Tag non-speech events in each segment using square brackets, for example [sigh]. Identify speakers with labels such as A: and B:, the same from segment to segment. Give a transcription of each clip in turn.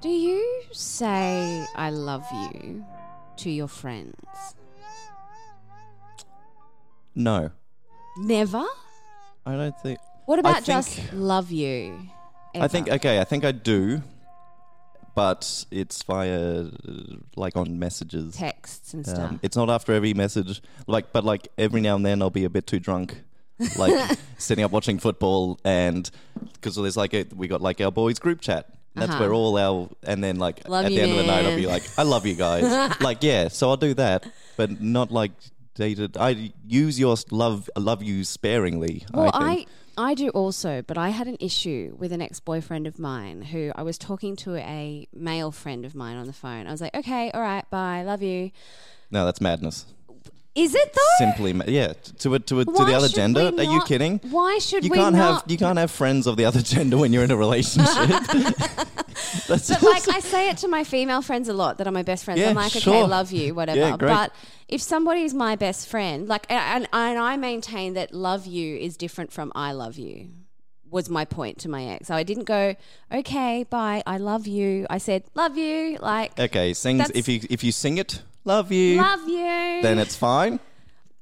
A: Do you say I love you to your friends?
B: No,
A: Never?
B: I don't think.
A: What about
B: think-
A: just love you?
B: I think
A: ever?
B: okay. I think I do, but it's via uh, like on messages.
A: texts and stuff.
B: Um, it's not after every message, like, but like every now and then I'll be a bit too drunk,
A: [laughs]
B: like sitting up watching football, and because there's like a, we got like our boys group chat. And that's
A: Uh-huh.
B: where all our and then like
A: Love
B: at the
A: you,
B: end of the night I'll be
A: man.
B: like, I love
A: [laughs]
B: you guys, like yeah. So I'll do that, but not like dated. I use your love, love you sparingly.
A: Well,
B: I,
A: I,
B: think.
A: I do also, but I had an issue with an ex boyfriend of mine who I was talking to a male friend of mine on the phone. I was like, okay, all right, bye, love you.
B: no, that's madness.
A: Is it [gasps] though?
B: Simply, ma- yeah. To a, to a, to
A: Why
B: the other
A: should
B: gender?
A: we
B: Are you
A: not-
B: kidding?
A: Why should
B: you
A: we
B: can't
A: not?
B: have you can't have friends of the other [laughs] gender when you're in a relationship. That's
A: [laughs]
B: [laughs]
A: But like I say it to my female friends a lot that are my best friends.
B: Yeah,
A: I'm like, okay,
B: sure.
A: love you, whatever.
B: Yeah, great.
A: But if somebody is my best friend, like, and, and I maintain that love you is different from I love you. Was my point to my ex. So I didn't go, okay, bye, I love you. I said, love you, like,
B: Okay, sings
A: That's-
B: if you if you sing it, love you,
A: love you.
B: then it's fine.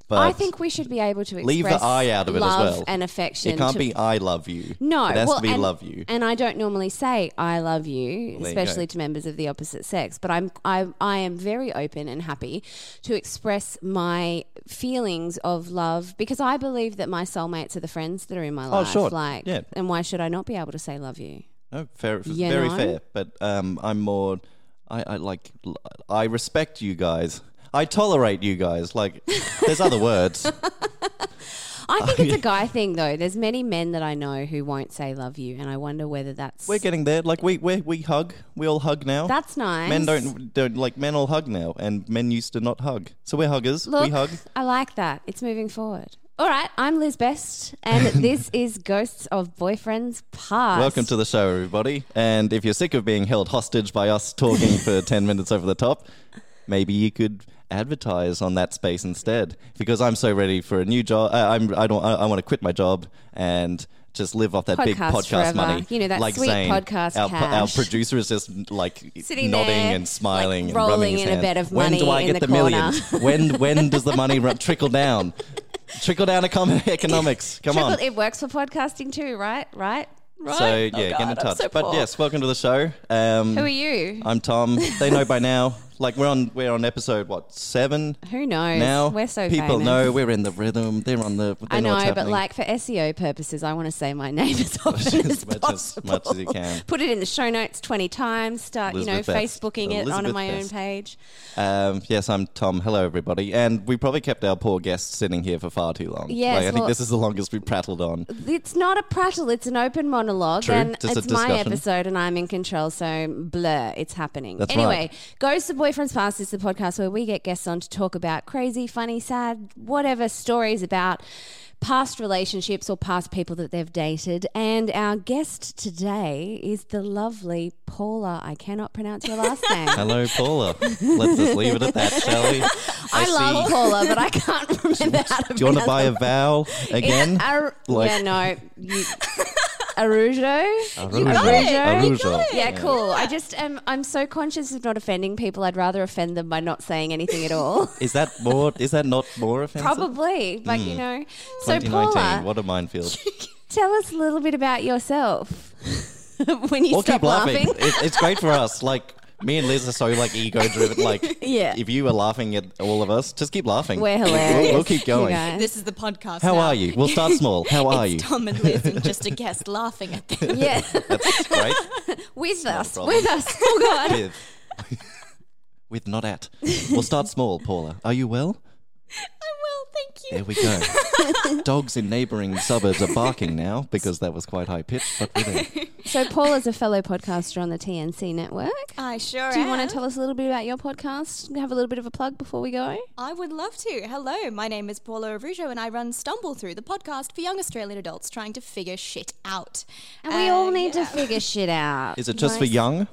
B: But
A: I think we should be able to express
B: leave the I out of it as
A: love
B: well.
A: and affection.
B: it can't
A: to-
B: be I love you.
A: No,
B: it has
A: well,
B: to be
A: and,
B: love you.
A: And I don't normally say I love you,
B: there you
A: especially
B: go.
A: to members of the opposite sex. But I'm I I am very open and happy to express my feelings of love because I believe that my soulmates are the friends that are in my life.
B: Oh, sure.
A: Like,
B: Yeah.
A: and why should I not be able to say love you?
B: No, fair,
A: You
B: very
A: know?
B: fair. But um, I'm more. I, I like. l- I respect you guys. I tolerate you guys. Like, there's other
A: [laughs]
B: words. Oh,
A: I think it's a guy thing though. There's many men that I know who won't say love you, and I wonder whether that's
B: We're getting there. Like, we we we hug. We all hug now.
A: that's nice.
B: men don't don't like men all hug now, and men used to not hug. So we're huggers.
A: Look,
B: we hug.
A: I like that. It's moving forward. All right, I'm Liz Best,
B: [laughs]
A: and this is Ghosts of Boyfriends Past.
B: Welcome to the show, everybody. And if you're sick of being held hostage by us
A: [laughs]
B: talking for 10 minutes over the top, maybe you could advertise on that space instead. Because I'm so ready for a new job. I, I'm, I don't. I, I want to quit my job and just live off that big
A: Podcast
B: podcast
A: forever.
B: money.
A: You know, that
B: like
A: sweet
B: Zane,
A: podcast
B: our, po- our
A: cash.
B: producer is just like
A: Sitting
B: nodding
A: there,
B: and smiling,
A: like,
B: and rubbing
A: rolling
B: his
A: in a
B: hands.
A: bed of
B: When do
A: money
B: I
A: in
B: get
A: the
B: the,
A: corner?"
B: million? when when does
A: [laughs]
B: the money run, trickle down? Trickle down econ- economics. Come
A: Triple-
B: on.
A: It works for podcasting too, right? Right? Right?
B: So
A: Oh
B: yeah,
A: God,
B: get in
A: I'm
B: touch.
A: so
B: but
A: poor.
B: yes, welcome to the show. Um,
A: Who are you? [laughs]
B: I'm Tom. They know by now. Like we're on we're on episode what seven
A: Who knows?
B: now.
A: We're so
B: people
A: famous.
B: know we're in the rhythm. They're on the. They
A: I
B: know, what's
A: know, but
B: happening.
A: like for SEO purposes, I want to say my name as often
B: As
A: as,
B: [laughs] much as-
A: possible.
B: much as you can.
A: Put it in the show notes twenty times. Start,
B: Elizabeth
A: you know,
B: Best.
A: Facebooking it
B: Elizabeth
A: on my
B: Best.
A: own page.
B: um, yes, I'm Tom. Hello, everybody. And we probably kept our poor guests sitting here for far too long.
A: Yes,
B: like, I think
A: well-
B: this is the longest we
A: [laughs]
B: prattled on.
A: It's not a prattle. It's an open monologue,
B: True,
A: and
B: just a
A: it's my
B: discussion.
A: episode, and I'm in control. So blur, it's happening.
B: That's
A: anyway,
B: right.
A: Ghosts of Boyfriends Past is the podcast where we get guests on to talk about crazy, funny, sad, whatever stories about past relationships or past people that they've dated. And our guest today is the lovely Paula. I cannot pronounce your last
B: [laughs]
A: name.
B: Hello, Paula. Let's just leave it at that,
A: [laughs]
B: shall we? I,
A: I
B: see-
A: love Paula, but I
B: [laughs]
A: can't remember how to
B: Do you want to
A: pronounce
B: buy
A: [laughs]
B: a vowel again?
A: Ar-
B: Like-
A: yeah, no. You- Arujo?
B: Arujo.
A: Arujo?
B: Arujo.
A: Yeah, cool. I just am. I'm so conscious of not offending people. I'd rather offend them by not saying anything at
B: [laughs]
A: all.
B: Is that more? Is that not more offensive?
A: Probably,
B: Hmm.
A: but you know. So
B: 2019.
A: Paula, [laughs]
B: What a minefield.
A: tell us a little bit about yourself. [laughs] when you
B: or
A: stop
B: keep laughing.
A: laughing.
B: [laughs] It- it's great for us. Like me and Liz are so like ego driven. Like
A: [laughs] Yeah.
B: if you are laughing at all of us, just keep laughing.
A: We're
B: We'll-
A: hilarious.
B: We'll, keep going.
A: You guys.
C: This is the podcast.
B: How
C: now.
B: are you? We'll start small.
A: [laughs]
B: How are you?
C: It's Tom and Liz
B: [laughs]
C: and just a guest laughing at them.
A: Yeah, [laughs]
B: That's great.
A: with us,
B: problem.
A: with us.
B: [laughs]
A: Oh God,
B: With, with not at. We'll start small, Paula. Are you well?
C: I'm well, thank you.
B: There we go.
A: [laughs]
B: Dogs in neighbouring suburbs are barking now because that was quite high pitched, but we're there.
A: So Paul is a fellow podcaster on the TNC network.
C: I sure
A: Do you want
C: am.
A: to tell us a little bit about your podcast? Have a little bit of a plug before we go.
C: I would love to. Hello, my name is Paula Arujo and I run Stumble Through, the podcast for young Australian adults trying to figure shit out.
A: And we
C: Uh,
A: all need
C: yeah.
A: to figure shit out.
B: Is it just for
A: Nice.
B: young?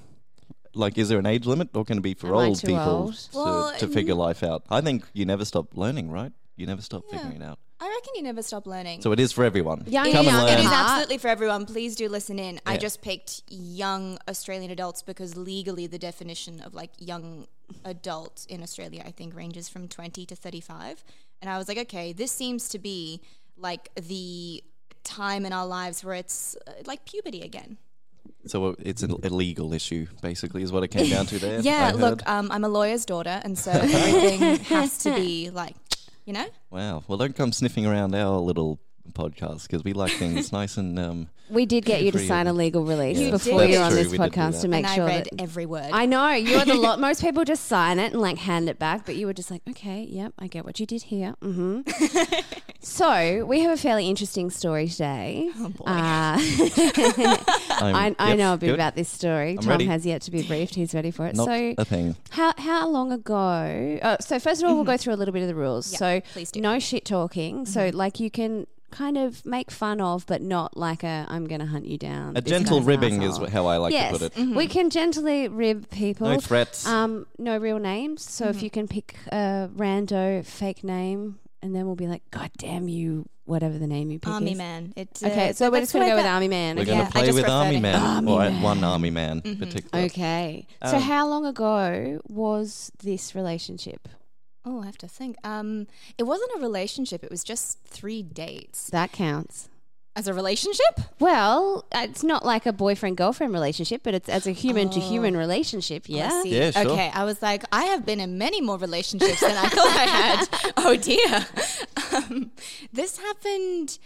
B: Like, is there an age limit, or can it be for
A: Am I
B: old
A: too
B: people
A: old?
B: To,
C: Well,
B: to figure life out? I think you never stop learning, right? You never stop figuring it out.
C: I reckon you never stop learning.
B: So it is for everyone.
A: Young and
B: Come and
A: young,
B: learn.
C: It is
A: Art.
C: absolutely for everyone. Please do listen in. I
B: Yeah.
C: just picked young Australian adults because legally the definition of like young adult in Australia I think ranges from 20 to 35. And I was like, okay, this seems to be like the time in our lives where it's uh, like puberty again.
B: So uh, it's an illegal issue, basically, is what it came down
A: [laughs]
B: to there.
C: Yeah,
B: I heard.
C: look, um, I'm a lawyer's daughter
B: [laughs]
C: and so everything has to be like, you know?
B: Wow. Well, don't come sniffing around our little podcast because we like
A: [laughs]
B: things nice and. Um,
A: We did get you to
B: Free.
A: sign a legal release
B: Yeah. You
A: before
B: did.
A: you're on
B: That's
A: this
B: true, we did do
A: podcast to
B: that.
A: make
C: and
A: sure
C: I read
A: that.
C: every word.
A: I know you're
C: [laughs]
A: the lot. Most people just sign it and like hand it back, but you were just like, okay, yep, I get what you did here.
C: [laughs]
A: hmm so we have a fairly interesting story today. Oh boy.
C: [laughs]
A: I,
B: I'm-
A: I
B: yep,
A: know a bit
B: good.
A: about this story. Tom
B: ready. Uh,
A: has yet to be briefed. He's ready for it.
B: Not
A: so
B: a thing.
A: How how long ago? Uh, so first of all, we'll go through a little bit of the rules.
C: Mm-hmm. Yeah,
A: so
C: please do. Mm-hmm.
A: no shit talking. So like you can kind of make fun of, but not like a I'm going to hunt you down.
B: A
A: this
B: gentle
A: guy's
B: ribbing
A: an
B: is
A: asshole."
B: how I like
A: yes,
B: to put it.
C: Mm-hmm.
A: we can gently rib people.
B: No threats.
A: Um, no real names. So
C: Mm-hmm.
A: if you can pick a rando fake name, and then we'll be like, God damn you, whatever the name you pick
C: Army
A: is.
C: man. It's,
A: Okay,
C: uh,
A: so we're
C: that's
A: just going to
C: where
A: go with
C: the-
A: Army Man.
B: We're
A: okay?
B: going
C: gonna- Yeah, I
B: to play
C: just
B: with
C: prefer
B: Army
C: to-
B: Man.
A: Army
B: or
A: Man. Mm-hmm.
B: one Army Man, in particular.
A: Okay. so
B: Um,
A: how long ago was this relationship?
C: Oh, I have to think. Um, it wasn't a relationship. It was just three dates.
A: That counts.
C: As a relationship?
A: Well, it's not like a boyfriend girlfriend relationship, but it's as a human to
C: Oh.
A: human relationship. Yeah.
C: I see.
B: Yeah, sure.
C: Okay. I was like, I have been in many more relationships than I [laughs] thought I had. Oh dear. Um, this happened.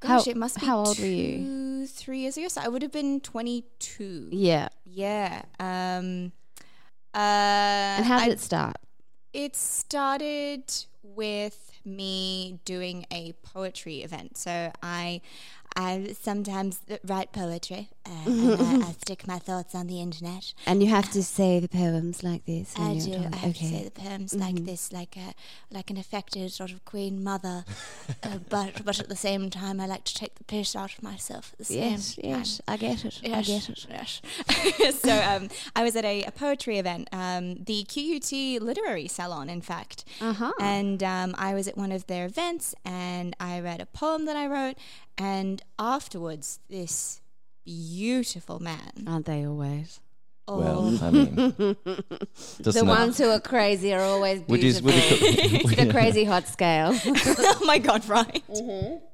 C: Gosh,
A: How-
C: it must be
A: how old
C: two,
A: were you?
C: Three years ago. So I would have been twenty-two.
A: Yeah.
C: Yeah. Um. Uh.
A: And how did
C: I-
A: it start?
C: It started with me doing a poetry event. So I, I sometimes write poetry. Uh, and
A: [laughs]
C: I, I stick my thoughts on the internet.
A: And you have to say the poems like this. when
C: I
A: you're
C: do.
A: talking-
C: I have to say the poems like
A: Mm-hmm.
C: this, like a, like an affected sort of queen mother, uh, but but at the same time, I like to take the piss out of myself. At the
A: Yes,
C: same
A: yes, I get it. I get it.
C: Yes. [laughs] so um, I was at a, a poetry event, um, the QUT Literary Salon, in fact.
A: Uh-huh.
C: And um, I was at one of their events and I read a poem that I wrote. And afterwards, this beautiful man. Oh.
A: Aren't they [laughs] always?
B: Well,
A: [laughs]
B: I mean, just
A: The
B: another-
A: ones who are crazy are always
B: Would you,
A: beautiful.
B: would
A: [laughs]
B: you,
A: the crazy hot scale.
C: [laughs] oh my God, right?
B: Mm-hmm.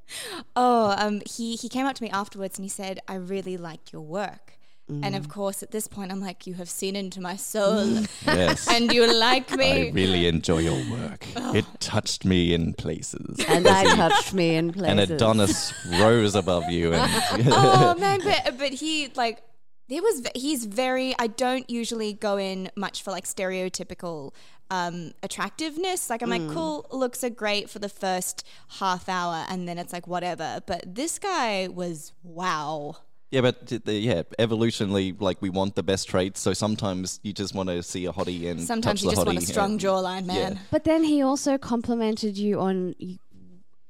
C: Oh, um, he, he came up to me afterwards and he said, I really like your work. And
B: Mm.
C: of course, at this point, I'm like, you have seen into my
B: [laughs]
C: soul
B: yes.
C: [laughs] and you like me.
B: I really enjoy your work. It touched me in places.
A: [laughs] and they touched me in
B: An
A: places.
B: Adonis rose above you, and [laughs]
C: oh man, but but he like it was v- he's very I don't usually go in much for like stereotypical um attractiveness. Like I'm
B: Hmm.
C: like cool, looks are great for the first half hour and then it's like whatever. But this guy was wow.
B: yeah, but th- the, yeah, evolutionally, like we want the best traits. So sometimes you just want to see a hottie and
C: Sometimes
B: Mm, touch
C: you
B: the
C: just
B: hottie.
C: want a strong
B: and-
C: jawline, man.
A: But then he also complimented you on y-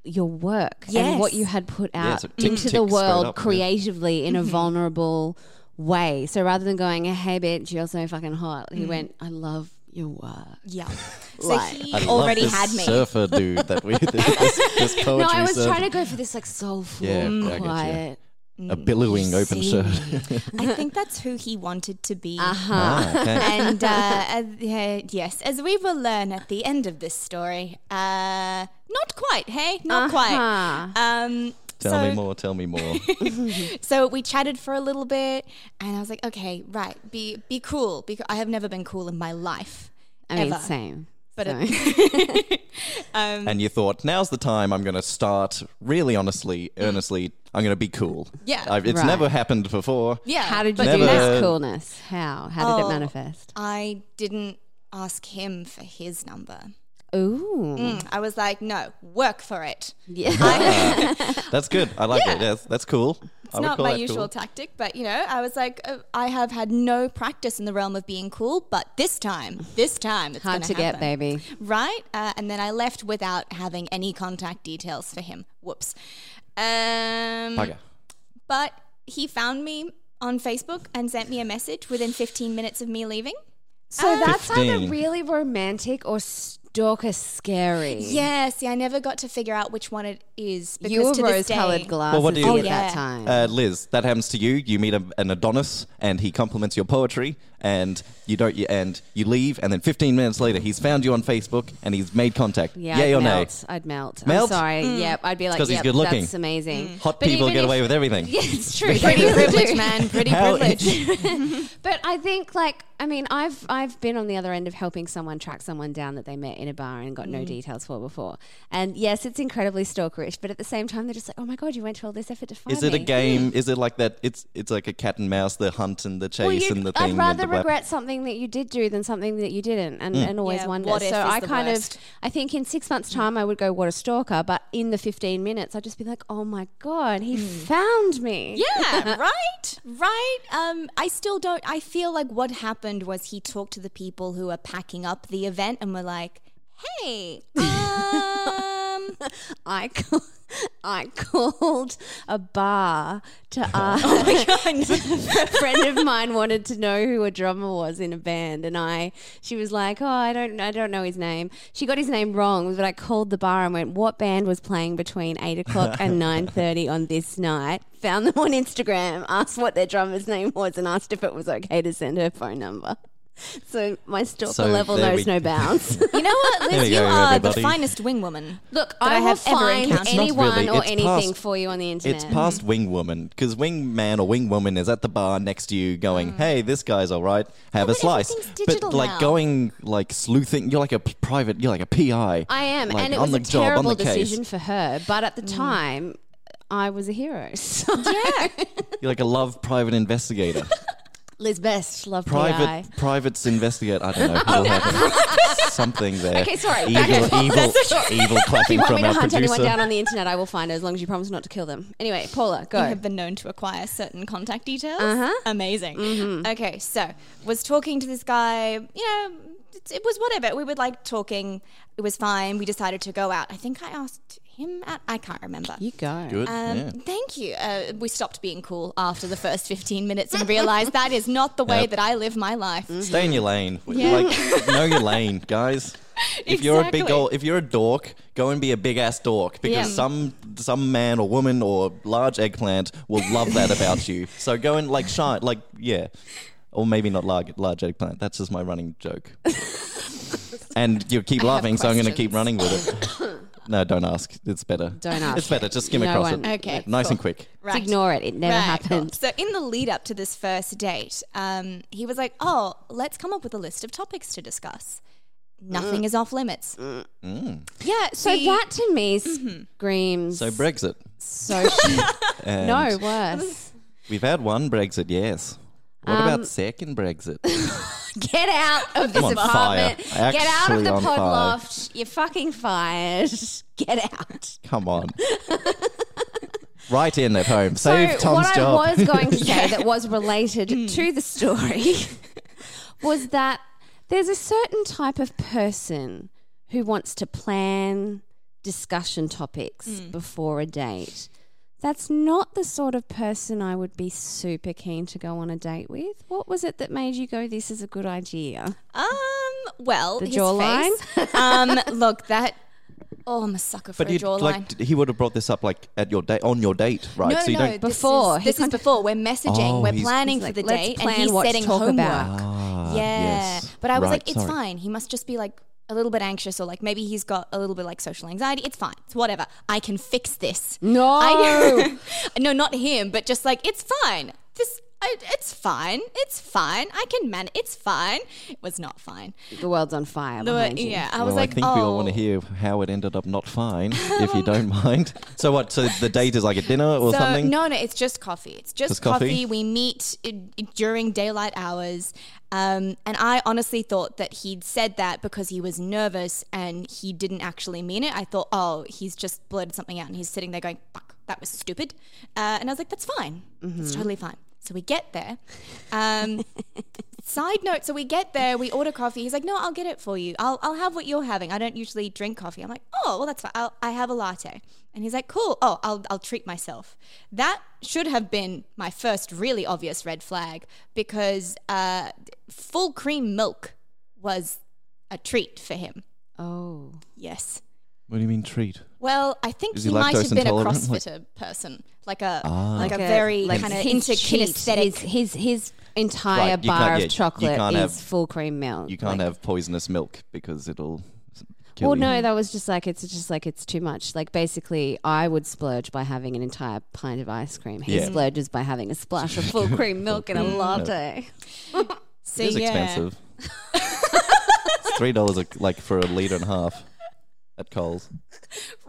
A: your work and what
C: Yes.
A: you had put
B: Yeah,
A: out
B: so tick,
A: into
B: tick,
A: the
B: straight
A: world
B: up, yeah.
A: creatively in a vulnerable way. So rather than going, "Hey, bitch, you're so fucking hot," he went, "I love your work."
B: [laughs]
C: Yeah. So
A: Like-
C: he
B: I love
C: already
B: this
C: had me.
B: surfer dude that we [laughs] this, this poetry.
A: No, I was
B: surfer.
A: trying to go for this like soulful,
B: Yeah, I get you.
A: quiet.
B: a billowing open
C: see
B: shirt.
C: I think that's who he wanted to be.
B: [laughs] Ah, okay.
C: and uh,
B: [laughs]
C: as, uh, yes, as we will learn at the
A: Uh-huh.
B: Uh-huh.
C: end of this story, uh, not quite. Hey, not quite. Um,
B: Tell
C: so,
B: me more. Tell me more.
C: So we chatted for a little bit, and I was like, okay, right, be be cool. Because I have never been cool in my life.
A: I mean,
C: ever.
A: same.
C: But Um,
A: So-
C: [laughs]
B: and you thought, now's the time I'm going to start really honestly,
A: Mm.
B: earnestly, I'm going to be cool.
C: Yeah.
B: I, it's
A: Right.
B: never happened before.
C: Yeah.
A: how did you
C: but
A: do this
B: Never-
A: coolness? How? How did it
C: Oh.
A: manifest?
C: I didn't ask him for his number.
A: Ooh.
C: Mm, I was like, no, work for it.
A: Yeah.
B: Uh,
A: [laughs]
B: That's good. I like it. That's, that's cool.
C: It's not my usual tactic, but you know, I was like, uh, I have had no practice in the realm of being cool, but this time, this time, it's
A: Hard
C: gonna
A: to get,
C: happen.
A: baby.
C: right? Uh, and then I left without having any contact details for him. Whoops. Um,
B: Bugger.
C: But he found me on Facebook and sent me a message within 15 minutes of me leaving.
A: So that's either
B: 15.
A: really romantic or stalker scary.
C: Yeah, see, I never got to figure out which one it is. Because
A: You were
C: to this
A: rose
C: day-
A: colored glasses
B: what do you-
A: at
B: Oh,
C: yeah.
A: that time.
B: Uh, Liz, that happens to you. You meet a, an Adonis, and he compliments your poetry, and you don't. You, and you leave, and then 15 minutes later, he's found you on Facebook, and he's made contact.
A: yeah,
B: Yay
A: I'd
B: or nay?
A: melt. I'd melt.
B: Melt?
A: I'm sorry. Yep. I'd be like,
B: 'cause he's
A: yep,
B: good looking.
A: that's amazing.
B: Hot
A: But
B: people
A: even
B: get
A: if-
B: away with everything.
A: [laughs] Yeah, it's true.
C: Pretty privileged, man. Pretty
B: How-
C: privileged.
B: [laughs]
A: But I think like I mean I've I've been on the other end of helping someone track someone down that they met in a bar and got
C: Mm.
A: no details for before. And yes, it's incredibly stalkerish, but at the same time they're just like, oh my god, you went to all this effort to find
B: Is it a
A: me."
B: game? Is it like that? It's it's like a cat and mouse, the hunt and the chase
A: mm. Well, you'd-
B: and the thing.
A: I'd
B: and
A: rather
B: the web- Mm.
A: regret something that you did do than something that you didn't, and, and always
C: Yeah,
A: wonder.
C: what if
A: so
C: is
A: I
C: the
A: kind
C: worst. Mm.
A: of, I think in six months' time I would go what a stalker, but in the fifteen minutes I'd just be like, oh my god, he found me.
C: Mm.
A: [laughs]
C: yeah, right, right. Um, I still don't. I feel like what happened was he talked to the people who are packing up the event and were like,
A: [laughs]
C: "Hey, um,
A: I [laughs] call, I called a bar to
B: [laughs]
A: ask.
B: Oh.
C: [laughs]
A: a friend of mine wanted to know who a drummer was in a band, and I she was like, "Oh, I don't, I don't know his name." She got his name wrong, but I called the bar and went, "What band was playing between eight o'clock
B: [laughs]
A: and nine thirty on this night?" Found them on Instagram, asked what their drummer's name was, and asked if it was okay to send her phone number. So my stalker
B: So
A: level
B: there
A: knows
B: we- [laughs]
A: no bounds.
C: you know what,
B: There
C: Liz?
B: we
C: You
B: go,
C: are the
B: everybody.
C: finest wing woman."
A: Look,
C: that
A: I,
C: I
A: will
C: have ever
A: find
C: encountered. It's not
A: anyone
B: really.
A: or
B: It's
A: anything
B: past-
A: for you on the internet.
B: It's past wing woman because wing man or wing woman is at the bar next to you, going,
A: Mm.
B: "Hey, this guy's all right. Have a
C: but
B: slice."
C: everything's digital
B: But like
C: now.
B: going like sleuthing, you're like a p- private, you're like a PI.
A: I am,
B: like,
A: and it
B: on
A: was a
B: the job, on
A: terrible
B: the case.
A: decision for her. But at the time, I was a hero. [laughs] So.
C: [laughs]
B: You're like a love
A: [laughs]
B: private investigator,
A: Liz Best, love PI.
B: private privates investigate. I don't know. It'll
A: [laughs]
B: happen. Something there.
A: Oh, Okay, sorry.
B: Evil,
A: Okay.
B: evil, evil
A: [laughs] If
B: clapping
A: you want
B: from
A: me to
B: our
A: hunt anyone
B: producer.
A: down on the internet, I will find her as long as you promise not to kill them. Anyway, Paula,
C: You
A: go.
C: have been known to acquire certain contact details. Amazing. Okay, so was talking to this guy. You know, it, it was whatever. We were like talking. It was fine. We decided to go out. I think I asked him out. I can't remember.
A: You go.
B: Good.
C: Um,
B: yeah.
C: Thank you. Uh, we stopped being cool after the first 15 minutes and realized that is not the way
B: Yep. Mm.
C: that I live my life. [laughs]
B: Stay in your lane. Like know your lane,
A: [laughs]
B: guys. If you're a big
C: Exactly.
B: old, if you're a dork, go and be a big ass dork because
C: Yeah.
B: some some man or woman or large eggplant will love that about you. So go and like shine, like yeah, or maybe not large large eggplant. That's just my running joke. and you keep laughing, so I'm going to keep running
C: questions.
B: with it. No, don't ask. It's better.
A: Don't ask.
B: It's better. Just skim
A: No
B: across
A: one-
B: it.
C: Okay,
B: Nice
C: cool.
B: and quick.
A: Just ignore it. It never [laughs]
C: cool.
A: happened.
C: So in the lead up to this first date, um, he was like, "Oh, let's come up with a list of topics to discuss. Nothing is off limits." Yeah.
A: So that to me screams
B: So Brexit. [laughs]
A: social.
B: And
A: no, worse.
B: We've had one Brexit. Yes. What about second Brexit?
A: Get out of this
B: I'm on fire.
A: apartment.
B: I'm
A: Get out of
B: actually
A: the
B: on
A: pod
B: fire.
A: loft. You're fucking fired. [laughs] Get out.
B: Come on. [laughs] right in at home.
A: So
B: Save Tom's
A: what
B: job.
A: I was
B: [laughs]
A: going to say that was related
C: Hmm.
A: to the story [laughs] was that there's a certain type of person who wants to plan discussion topics
C: Hmm.
A: before a date. That's not the sort of person I would be super keen to go on a date with. What was it that made you go, this is a good idea?
C: um, well,
A: The
C: his
A: jawline?
C: face. um, [laughs] look that. Oh, I'm a sucker for
B: but
C: a
B: you'd,
C: jawline.
B: like he would have brought this up like at your date on your date, right?
C: no,
B: so you
C: no,
B: don't
C: this is-
A: Before. He
C: This is,
A: contacted-
C: before. We're messaging.
B: Oh,
C: we're
B: he's-
C: planning
A: He's
C: for the
A: like, "Let's
C: date,
A: plan
C: and he's
A: what to
C: setting
A: talk
C: homework.
A: about."
B: Ah,
C: Yeah.
B: yes.
C: But I was
B: Right,
C: like, it's
B: sorry.
C: fine. He must just be like a a little bit anxious or like maybe he's got a little bit like social anxiety. It's fine. It's whatever. I can fix this.
A: No.
C: [laughs] I, no, not him, but just like it's fine. This I, it's fine. It's fine. I can man. It's fine. It was not fine.
A: The world's on fire.
C: The-
A: behind you.
C: yeah, I
B: Well,
C: was like,
B: I think
C: oh,
B: we all want to hear how it ended up not fine,
C: [laughs]
B: if you don't mind. So what? So the date is like at dinner or
C: so,
B: something?
C: No, no, it's just coffee. It's just,
B: Just coffee?
C: coffee. We meet i- during daylight hours. Um, and I honestly thought that he'd said that because he was nervous and he didn't actually mean it. I thought, oh, he's just blurted something out and he's sitting there going, fuck, that was stupid. Uh, and I was like, that's fine. It's
B: Mm-hmm.
C: totally fine. So we get there. Um, Side note, so we get there, we order coffee. He's like, no, I'll get it for you. I'll, I'll have what you're having. I don't usually drink coffee. I'm like, oh, well, that's fine. I'll, I have a latte. And he's like, cool. Oh, I'll, I'll treat myself. That should have been my first really obvious red flag because uh, full cream milk was a treat for him.
A: Oh.
C: Yes.
B: What do you mean treat?
C: Well, I think
B: Is
C: he
B: he
C: might have
B: lactose
C: been a
B: intolerant? Ah. Like-
C: CrossFitter person, like a like, a, very
A: like
C: kind of
A: his
C: into
A: cheat,
C: kinesthetic.
A: His, his his entire
B: Right, you
A: bar
B: can't-
A: of
B: yeah, you
A: chocolate is
B: can't have-
A: full cream milk.
B: You can't
A: Like-
B: have poisonous milk because it'll s- kill
A: Well,
B: you.
A: no, that was just like it's just like it's too much. Like basically, I would splurge by having an entire pint of ice cream. He
B: Yeah.
A: splurges by having a splash of full
B: [laughs]
A: cream milk and a [laughs] latte.
C: So,
B: It is
C: yeah.
B: expensive. it's three dollars like for a liter and a half at Coles.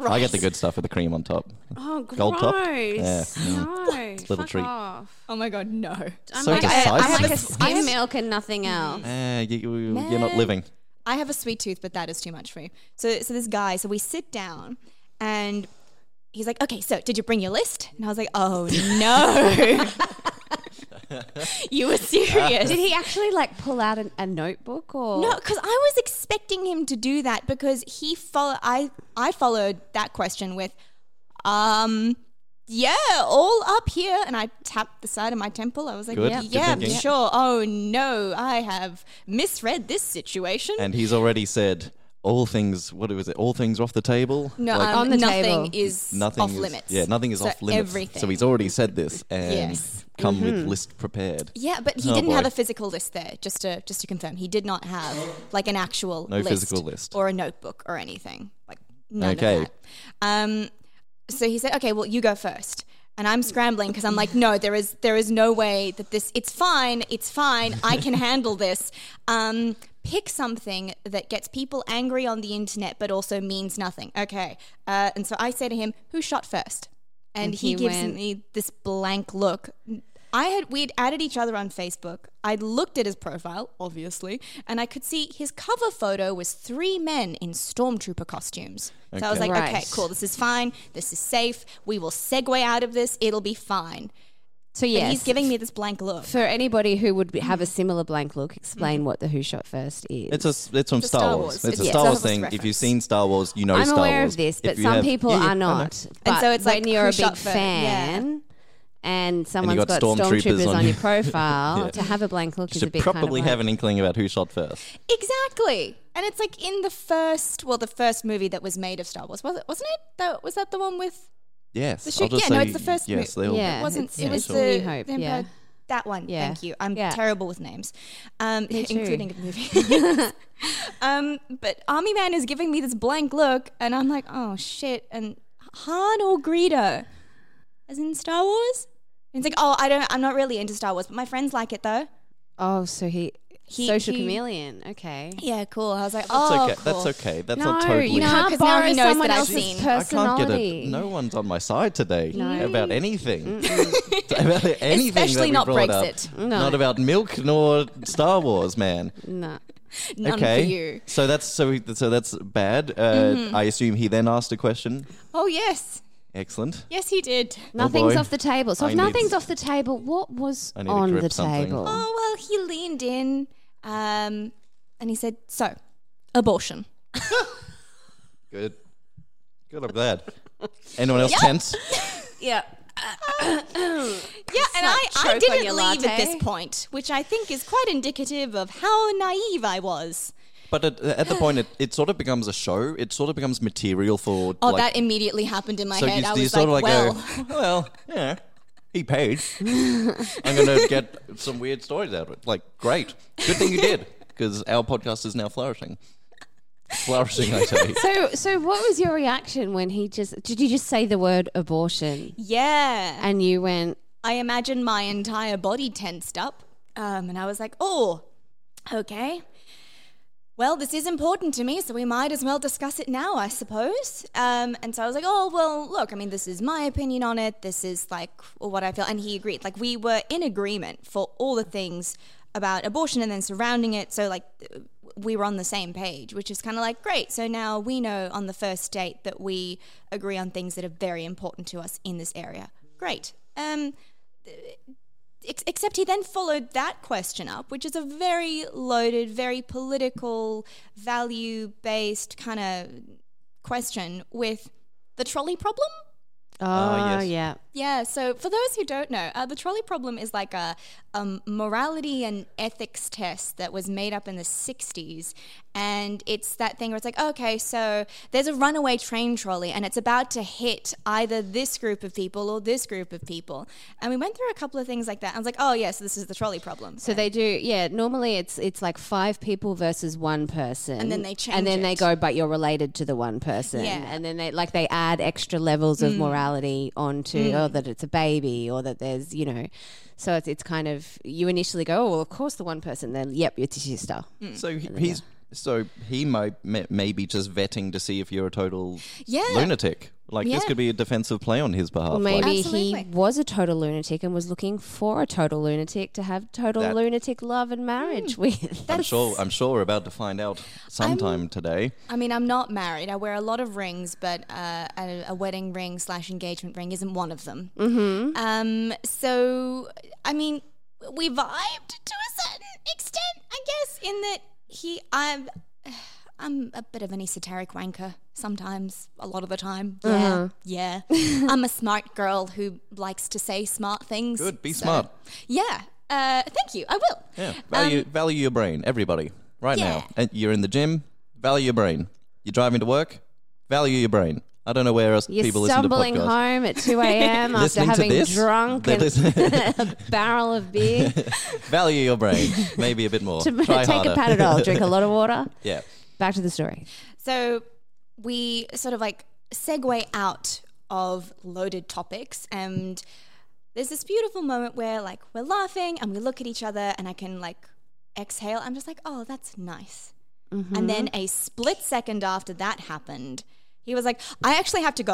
B: I get the good stuff with the cream on top.
A: Oh,
B: Gold top? Yeah.
A: No,
B: Little fuck treat.
A: off.
C: Oh my god, no.
B: So like-
A: I,
B: decisive.
A: am like
B: I
A: a Mm. skim milk and nothing else.
B: Eh, you, you, you're not
C: Man.
B: living.
C: I have a sweet tooth, but that is too much for me. So, so this guy, so we sit down and he's like, okay, so did you bring your list? And I was like, oh no. [laughs] you were
B: [laughs]
C: serious.
A: Did he actually like pull out an, a notebook or
C: No, because I was expecting him to do that because he follow. I I followed that question with, um, yeah, all up here, and I tapped the side of my temple. I was like,
B: Good,
C: yeah,
B: good
C: yeah,
B: thinking.
C: sure. Oh no, I have misread this situation.
B: And he's already said all things. What was it? All things are off the table.
C: No,
B: Like,
C: um,
A: On the
C: nothing
A: table.
C: is
B: nothing
C: off
B: is,
C: limits.
B: Yeah, nothing is
C: So
B: off limits.
C: Everything.
B: So he's already said this and
C: Yes.
B: come with list prepared.
C: yeah, but he
B: Oh,
C: didn't
B: boy.
C: have a physical list there. Just to just to confirm, he did not have like an actual
B: No
C: list
B: physical list.
C: or a notebook or anything like none
B: Okay.
C: of that. Um, so he said, "Okay, well, you go first. And I'm scrambling because I'm like, "No, there is there is no way that this. It's fine. It's fine. I can
B: [laughs]
C: handle this." Um, pick something that gets people angry on the internet, but also means nothing. Okay. Uh, and so I say to him, "Who shot first? And, he,
A: he
C: gives
A: went-
C: me this blank look. I had we'd added each other on Facebook. I looked at his profile, obviously, and I could see his cover photo was three men in stormtrooper costumes. So I was
B: Okay.
C: like,
A: Right.
C: okay, cool, this is fine, this is safe. We will segue out of this. It'll be fine.
A: So
C: But
A: yes,
C: he's giving me this blank look.
A: for anybody who would be- have a similar blank look, explain what the Who Shot First is.
B: It's a s- it's from
C: a
B: Star,
C: Star
B: Wars.
C: Wars.
B: It's a
C: Yeah.
B: Star
C: Star
B: Wars
C: Wars
B: thing. If you've
C: reference.
B: seen Star Wars, you know
A: I'm
B: Star
A: aware
B: Wars.
A: of this,
B: If
A: but
B: you
A: some
B: have-
A: people
B: yeah, yeah,
A: are
B: I know.
A: not. But
C: so it's
A: when
C: like
A: you're a
C: who shot
A: big
C: first? Yeah.
A: fan. And someone's
B: got
A: got,
B: stormtroopers
A: stormtroopers,
B: on
A: on,
B: you. [laughs]
A: your profile. To have a blank look
B: You
A: is a
B: should
A: bit
B: probably
A: kind of
B: have
A: like,
B: an inkling about who shot first.
C: Exactly. And it's like in the first, well, the first movie that was made of Star Wars, was it, wasn't it? That, was that the one with
B: Yes.
C: shoot-
B: I'll just
C: yeah, no,
B: say
C: it's the first
B: Yes,
C: mo-
B: they'll-
A: Yeah.
C: It wasn't.
A: it's-
C: it was
A: it's
C: the
A: New Hope,
C: the Empire-
A: yeah.
C: That one.
A: Yeah.
C: Thank you. I'm
A: Yeah.
C: terrible with names, um,
A: too. [laughs]
C: including of movies. [laughs] um, but Army Man is giving me this blank look, and I'm like, oh shit. And Han or Greedo, as in Star Wars. And it's like, oh, I don't. I'm not really into Star Wars, but my friends like it though.
A: Oh, so he,
C: He-
A: social
C: he-
A: chameleon. Okay.
C: Yeah, cool. I was like,
B: That's
C: oh,
B: okay.
C: cool.
B: That's okay. That's
A: no,
B: not totally.
A: you
B: [laughs]
C: can't
A: can't
C: 'cause now
A: borrow
C: he knows
A: somemeone
C: that I've
A: else's
C: seen.
B: I can't get
A: personality.
B: it. No oh one's on my side today about anything. [laughs] about anything. that
C: Especially
B: we
C: not
B: brought Up.
C: Brexit.
A: No.
B: Not about milk nor Star Wars, man.
A: No.
C: None
B: okay.
C: for you. Mm-hmm.
B: So that's so he- so that's bad. Uh, I assume he then asked a question.
C: Oh yes,
B: Excellent.
C: yes he did.
A: Nothing's
B: boy.
A: off the table. So
B: I
A: if
B: need-
A: nothing's off the table, what was
B: I need to
A: on
B: grip
A: the
B: something.
A: table?
C: Oh well, he leaned in, um, and he said, so abortion.
B: Good. Good. I'm glad. Anyone else tense?
A: Yeah.
C: Yeah, and I,
A: like
C: I
A: choke on your
C: didn't leave at
A: latte.
C: this point, which I think is quite indicative of how naive I was.
B: But at, at the point, it, it sort of becomes a show. It sort of becomes material for.
C: Oh,
B: like,
C: that immediately happened in my
B: So
C: head.
B: you,
C: I
B: you
C: was
B: sort
C: like, well,
B: of like go, [laughs] well, yeah, he
C: [laughs]
B: paid. I'm going to get some weird stories out of it. Like, great. Good thing you did, because our podcast is now flourishing. Flourishing, I
C: [laughs]
B: tell you.
A: So, so what was your reaction when he just did you just say the word abortion
C: Yeah.
A: and you went,
C: I imagine my entire body tensed up. Um, and I was like, oh, okay. Well, this is important to me, so we might as well discuss it now, I suppose. Um, and so I was like, oh, well, look, I mean, this is my opinion on it. This is like what I feel. And he agreed. Like, we were in agreement for all the things about abortion and then surrounding it. So, like, we were on the same page, which is kind of like, great. So now we know on the first date that we agree on things that are very important to us in this area. Great. Um, Ex- except he then followed that question up, which is a very loaded, very political, value based kind of question with the trolley problem.
A: "Oh,
B: Ah, yes.
A: yeah."
C: Yeah, so for those who don't know, uh, the trolley problem is like a um, morality and ethics test that was made up in the 60s. And it's that thing where it's like, okay, so there's a runaway train trolley and it's about to hit either this group of people or this group of people. And we went through a couple of things like that. I was like, oh, yes, this is the trolley problem.
A: So they do, yeah. Normally, it's it's like five people versus one person,
C: And then they change
A: and then they
C: it.
A: go, but you're related to the one person,
C: Yeah. Mm.
A: and then they like they add extra levels of morality onto, oh, that it's a baby, or that there's, you know, so it's, it's kind of you initially go, oh, well, of course the one person, then yep, it's your sister.
C: Mm.
B: So he- he's so he might may, maybe just vetting to see if you're a total
C: Yeah.
B: lunatic. Like this
C: Yeah.
B: could be a defensive play on his behalf.
A: Or
B: like,
A: maybe he
C: Absolutely.
A: was a total lunatic and was looking for a total lunatic to have total
B: That-
A: lunatic love and
C: Mm.
A: marriage with.
B: I'm sure. I'm sure we're about to find out sometime today.
C: I mean, I'm not married. I wear a lot of rings, but uh, a, a wedding ring slash engagement ring isn't one of them. Mm-hmm. Um, so, I mean, we vibed to a certain extent, I guess, in that he, I'm, [sighs] I'm a bit of an esoteric wanker sometimes, a lot of the time. Yeah, yeah. I'm a smart girl who likes to say smart things.
B: Good. Be
C: so-
B: smart.
C: Yeah. Uh, thank you. I will.
B: Yeah.
A: Um,
B: Value value your brain, everybody. Right now,
C: Yeah.
B: and you're in the gym. Value your brain. You're driving to work. Value your brain. I don't know where else
A: You're
B: people listen to
A: stumbling
B: podcasts.
A: home at 2 a.m. after
B: Listening to
A: having
B: this?
A: drunk
B: They're
A: and [laughs] a barrel of beer.
B: Value
A: [laughs]
B: your brain. Maybe a bit more.
A: to
B: Try
A: take
B: harder.
A: a
B: [laughs]
A: Panadol, drink a lot of water.
B: yeah.
A: Back to the story.
C: So we sort of like segue out of loaded topics and there's this beautiful moment where like we're laughing and we look at each other and I can like exhale. I'm just like, oh, that's nice.
B: Mm-hmm.
C: And then a split second after that happened, he was like, I actually have to go.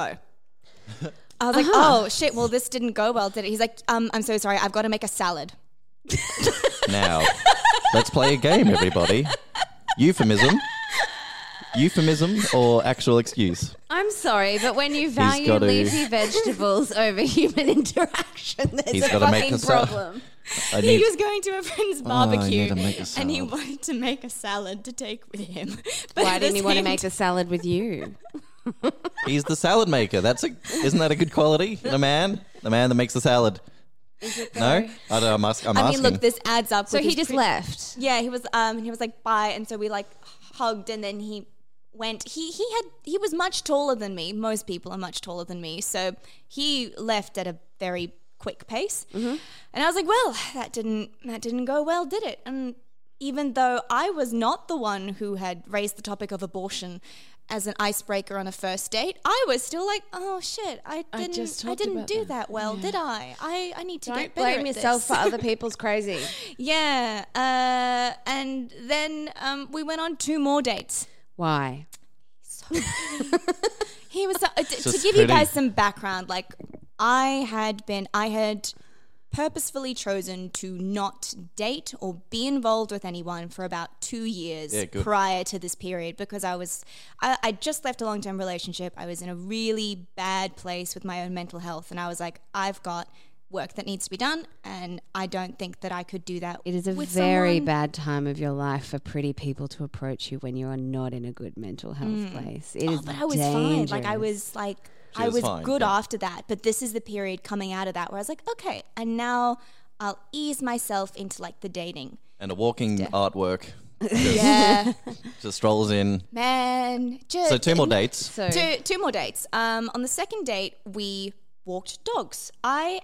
C: I was like,
B: Uh-huh.
C: oh shit, well, this didn't go well, did it? He's like, um, I'm so sorry, I've got to make a salad.
B: Now, let's play a game, everybody. Euphemism. Euphemism or actual excuse?
A: I'm sorry, but when you value
B: value gotta-
A: leafy
B: leafy
A: vegetables [laughs] over human interaction, there's
B: He's
A: a
B: a gotta make
A: fucking
B: fucking us a-
A: problem.
B: problem.
A: [laughs]
B: I
C: he
B: need-
C: was going to a friend's
B: Oh, I need
C: barbecue
B: to make a
C: and he
B: salad.
C: wanted to make a salad to take with him. [laughs] But
A: Why [laughs]
C: at the
A: didn't he want to
C: same
A: make a salad with you?
B: He's the salad maker. That's a isn't that a good quality in a man? The man that makes the salad. no, I don't, I'm, ask, I'm
C: I
B: asking.
C: mean, look, this adds up.
A: So he just left.
C: Yeah, he was. Um, he was like bye, and so we like hugged, and then he went. He he had he was much taller than me. Most people are much taller than me, so he left at a very quick pace.
A: Mm-hmm.
C: And I was like, well, that didn't that didn't go well, did it? And even though I was not the one who had raised the topic of abortion as an icebreaker on a first date, I was still like, oh shit, I didn't I,
A: just talked
C: didn't
A: about
C: do
A: that.
C: that, well, did I? I I need to
A: Don't
C: get better
A: blame
C: at
A: yourself
C: this.
A: for other people's crazy.
C: Yeah. Uh, and then um, we went on two more dates.
A: Why?
C: He was so, uh, t- to
B: Just
C: give you
B: pretty.
C: guys some background. Like, I had been, I had purposefully chosen to not date or be involved with anyone for about two years
B: Yeah, good.
C: prior to this period because I was, I, I just left a long term relationship. I was in a really bad place with my own mental health, and I was like, I've got work that needs to be done, and I don't think that I could do that.
A: It is a
C: with
A: very
C: someone.
A: bad time of your life for pretty people to approach you when you are not in a good mental health place. It is
C: Mm. Oh, but I was
A: dangerous.
C: fine. Like I was like I
B: was
C: was
B: fine,
C: good
B: yeah.
C: after that. But this is the period coming out of that where I was like, okay, and now I'll ease myself into like the dating.
B: and a walking artwork
C: [laughs] Yeah,
B: just strolls in.
C: man. Just
B: So two more dates.
A: So
C: Two, two more dates. Um, on the second date, we walked dogs. I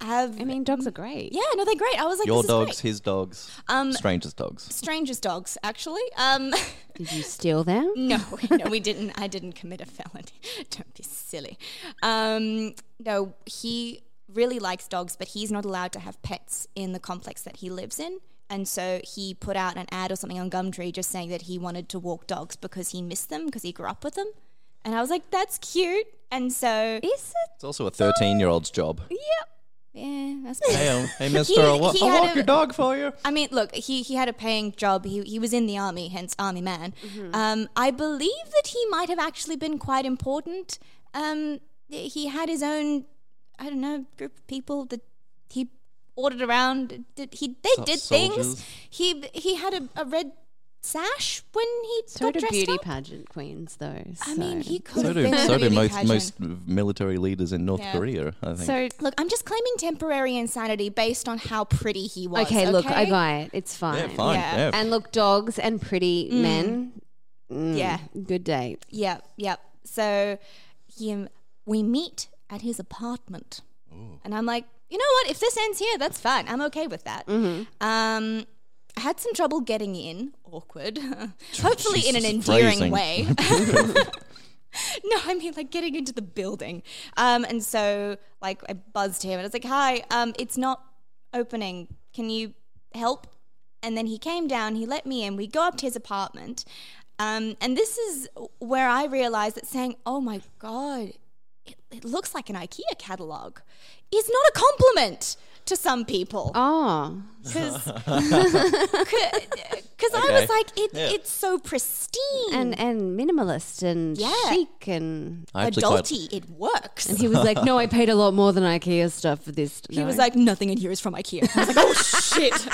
C: have.
A: I mean, dogs are great.
C: yeah, no, they're great. I was like,
B: Your
C: this
B: dogs,
C: Is great. Um,
B: his dogs, strangers' dogs.
C: Strangers' dogs, actually. [laughs] Um,
A: Did you steal them?
C: [laughs] no, no, we didn't. I didn't commit a felony. [laughs] Don't be silly. Um, no, he really likes dogs, but he's not allowed to have pets in the complex that he lives in. And so he put out an ad or something on Gumtree just saying that he wanted to walk dogs because he missed them because he grew up with them. And I was like, that's cute. And so,
A: Is it?
B: It's also a 13 year old's job.
C: yeah, that's good.
B: Hey, um, hey mister,
C: [laughs] He-
B: I'll, wa-
C: he
B: I'll
C: had
B: walk
C: a-
B: your dog for you.
C: I mean, look, he, he had a paying job. He, he was in the army, hence army man.
A: Mm-hmm.
C: Um, I believe that he might have actually been quite important. Um, he had his own, I don't know, group of people that he ordered around. Did he? They
B: So-
C: did
B: soldiers.
C: things. He he had a, a red sash when he
A: So
C: got
A: do
C: dressed
A: beauty
C: up.
A: pageant queens, though.
C: I mean,
A: so-
C: he could
B: So
C: have
B: do,
C: been a
B: so do
C: beauty
B: most,
C: pageant.
B: most military leaders in North
C: Yeah.
B: Korea, I think.
A: So
C: Look, I'm just claiming temporary insanity based on how pretty he was.
A: okay, look, I got it. It's fine.
B: yeah, fine.
C: Yeah.
B: Yeah.
A: And look, dogs and pretty men. Mm,
C: Yeah.
A: good date.
C: Yep, yep. So he, we meet at his apartment. And I'm like, you know what? If this ends here, that's fine. I'm okay with that.
B: Mm-hmm.
C: Um, I had some trouble getting in. Awkward. [laughs] Hopefully, in an
B: Jesus,
C: endearing
B: phrasing.
C: way.
B: [laughs]
C: [laughs] no, I mean like getting into the building. Um, and so like I buzzed him and I was like, "Hi, um, it's not opening. Can you help?" And then he came down. He let me in. We go up to his apartment, um, and this is where I realized that saying, "Oh my god." It it looks like an IKEA catalog. Is not a compliment to some people
A: Oh,
C: because I was
B: Okay.
C: like, it,
B: Yeah.
C: it's so pristine
A: and and minimalist and
C: Mm. Yeah.
A: chic and.
B: I actually quite-
C: adulty. It works.
A: And he was like, "No, I paid a lot more than IKEA stuff for this."
C: He was like, nothing in here is from IKEA. I was like, oh shit.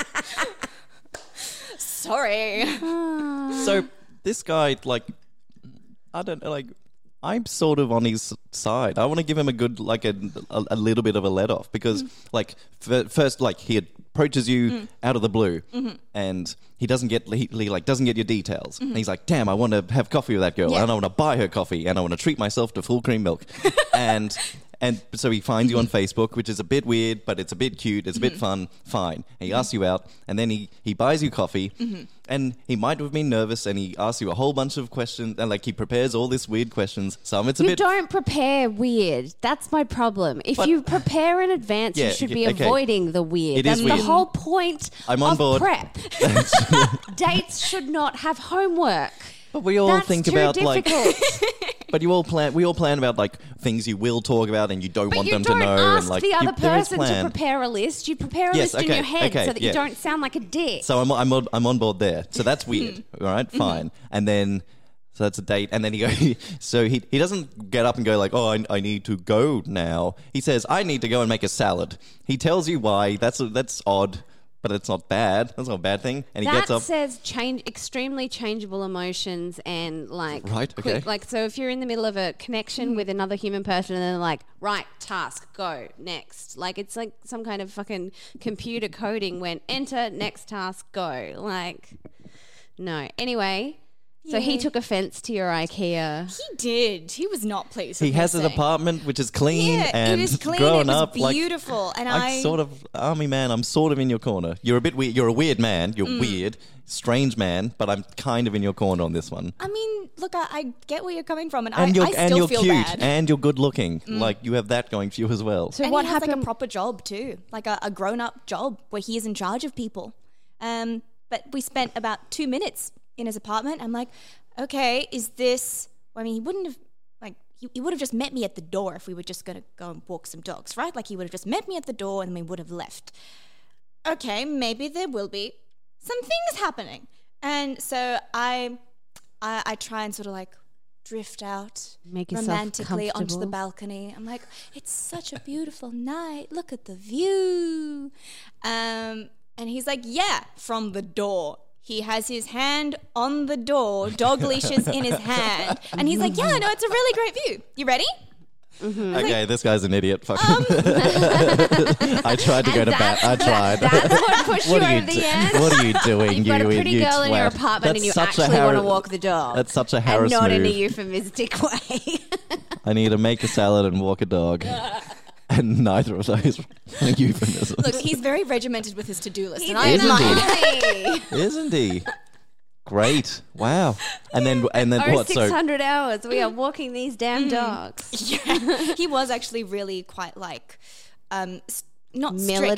C: [laughs] Sorry.
B: so this guy like i don't know like i'm sort of on his side i want to give him a good like a, a, a little bit of a let off because like f- first like he approaches you out of the blue and he doesn't get he, he, like doesn't get your details and he's like damn i want to have coffee with that girl
C: Yeah.
B: and i want to buy her coffee and i want to treat myself to full cream milk and and so he finds you on Facebook, which is a bit weird, but it's a bit cute, it's a
A: Mm-hmm.
B: bit fun, fine. And he asks you out, and then he, he buys you coffee,
A: Mm-hmm.
B: and he might have been nervous, and he asks you a whole bunch of questions, and like he prepares all this weird questions. Some it's a
A: You
B: bit.
A: don't prepare weird. That's my problem. If
B: But-
A: you prepare in advance,
B: Yeah,
A: you should
B: y-
A: be
B: okay.
A: avoiding the weird.
B: It
A: That's
B: is
A: the
B: weird.
A: whole point
B: I'm on
A: of
B: board. [laughs]
A: prep. Dates should not have homework.
B: but we all
A: That's
B: think
A: too
B: about
A: difficult.
B: like. [laughs] But you all plan. We all plan about like things you will talk about, and you don't
A: But
B: want
A: you
B: them
A: don't
B: to know.
A: ask
B: and like
A: the
B: you-
A: other
B: there is
A: person to
B: plan.
A: prepare a list. You prepare a
B: Yes,
A: list in
B: okay,
A: your head
B: okay,
A: so that you
B: yeah.
A: don't sound like a dick.
B: So I'm I'm on, I'm on board there. So that's
C: [laughs]
B: weird.
C: Mm-hmm.
B: all right, fine. And then so that's a date. And then he goes. [laughs] So he he doesn't get up and go like, oh, I, I need to go now. He says, I need to go and make a salad. He tells you why. That's that's odd, but it's not bad. That's not a bad thing. And he
A: that
B: gets up.
A: says change extremely changeable emotions and like
B: Right,
A: quick-
B: okay.
A: like so if you're in the middle of a connection with another human person and they're like right task go next like it's like some kind of fucking computer coding when enter next task go like no anyway so he took offense to your
B: [laughs]
A: IKEA
C: He did. He was not pleased.
B: he
C: with
B: has
C: me
B: an
C: saying.
B: apartment which is clean
C: Yeah,
B: and
C: it was clean.
B: growing
C: it was
B: up like-
C: beautiful. and
B: I'm
C: I
B: sort of army man. I'm sort of in your corner. You're a bit weird. You're a weird man.
C: Mm.
B: You're weird, strange man. But I'm kind of in your corner on this one.
C: I mean, look, I, I get where you're coming from, and,
B: and
C: I,
B: you're
C: I still
B: and you're
C: feel
B: cute
C: bad.
B: and you're good looking. Like you have that going for you as well.
A: Mm. so
C: and
A: what
C: he has
A: happened
C: like a proper job too, like a, a grown-up job where he is in charge of people. Um, but we spent about two minutes in his apartment. I'm like, okay, is this? I mean, he wouldn't have like he, he would have just met me at the door if we were just gonna go and walk some dogs, right? Like he would have just met me at the door and we would have left. Okay, maybe there will be some things happening, and so I, I, I try and sort of like drift out
A: Make yourself
C: romantically onto the
A: comfortable.
C: balcony. I'm like, it's such a beautiful night. Look at the view. Um, and he's like, yeah, from the door. He has his hand on the
A: [laughs]
C: door, dog leashes in his hand. And he's like, yeah, no, it's a really great view. You ready?
B: okay, this guy's an idiot. Fuck. [laughs] I tried to go to bat. I tried.
A: um, that's what pushed
B: what
A: you
B: are you?
A: over the
B: [laughs] do-
A: end
B: what are you doing?
A: You've got a
B: you-
A: pretty
B: you
A: girl in your
B: twat?
A: apartment
B: That's
A: and you
B: such a
A: actually want to
B: har-
A: walk the dog.
B: That's such a
A: and
B: Harris
A: not in a
B: move.
A: euphemistic [laughs] way. [laughs]
B: I need to make a salad and walk a dog. and neither of those are [laughs] euphemisms.
C: Look, he's very regimented with his to-do list, and I
B: is
C: admire it.
B: Isn't he? Great. Wow. And then and then
A: Over
B: what?
A: six
B: So
A: hundred hours, we are walking these damn dogs.
C: [laughs] yeah, he was actually really quite like, um, s- not
A: Military?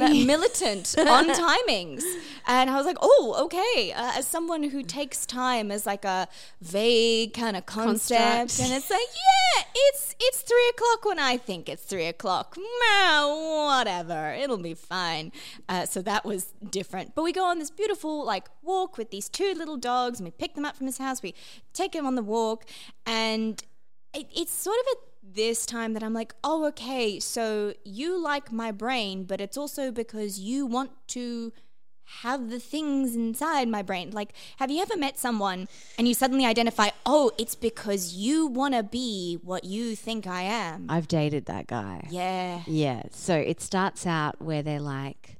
A: [laughs]
C: but uh, militant on timings. And I was like, oh, okay. Uh, as someone who takes time as like a vague kind of concept,
A: Construct.
C: and it's like, yeah, it's it's three o'clock when I think it's three o'clock. Meh, whatever, it'll be fine. Uh, so that was different. But we go on this beautiful like walk with these two little dogs, and we pick them up from his house. We take him on the walk, and it, it's sort of at this time that I'm like, oh, okay, so you like my brain, but it's also because you want to have the things inside my brain. Like, have you ever met someone and you suddenly identify, oh, it's because you want to be what you think I am?
A: I've dated that guy.
C: yeah.
A: Yeah. So it starts out where they're like,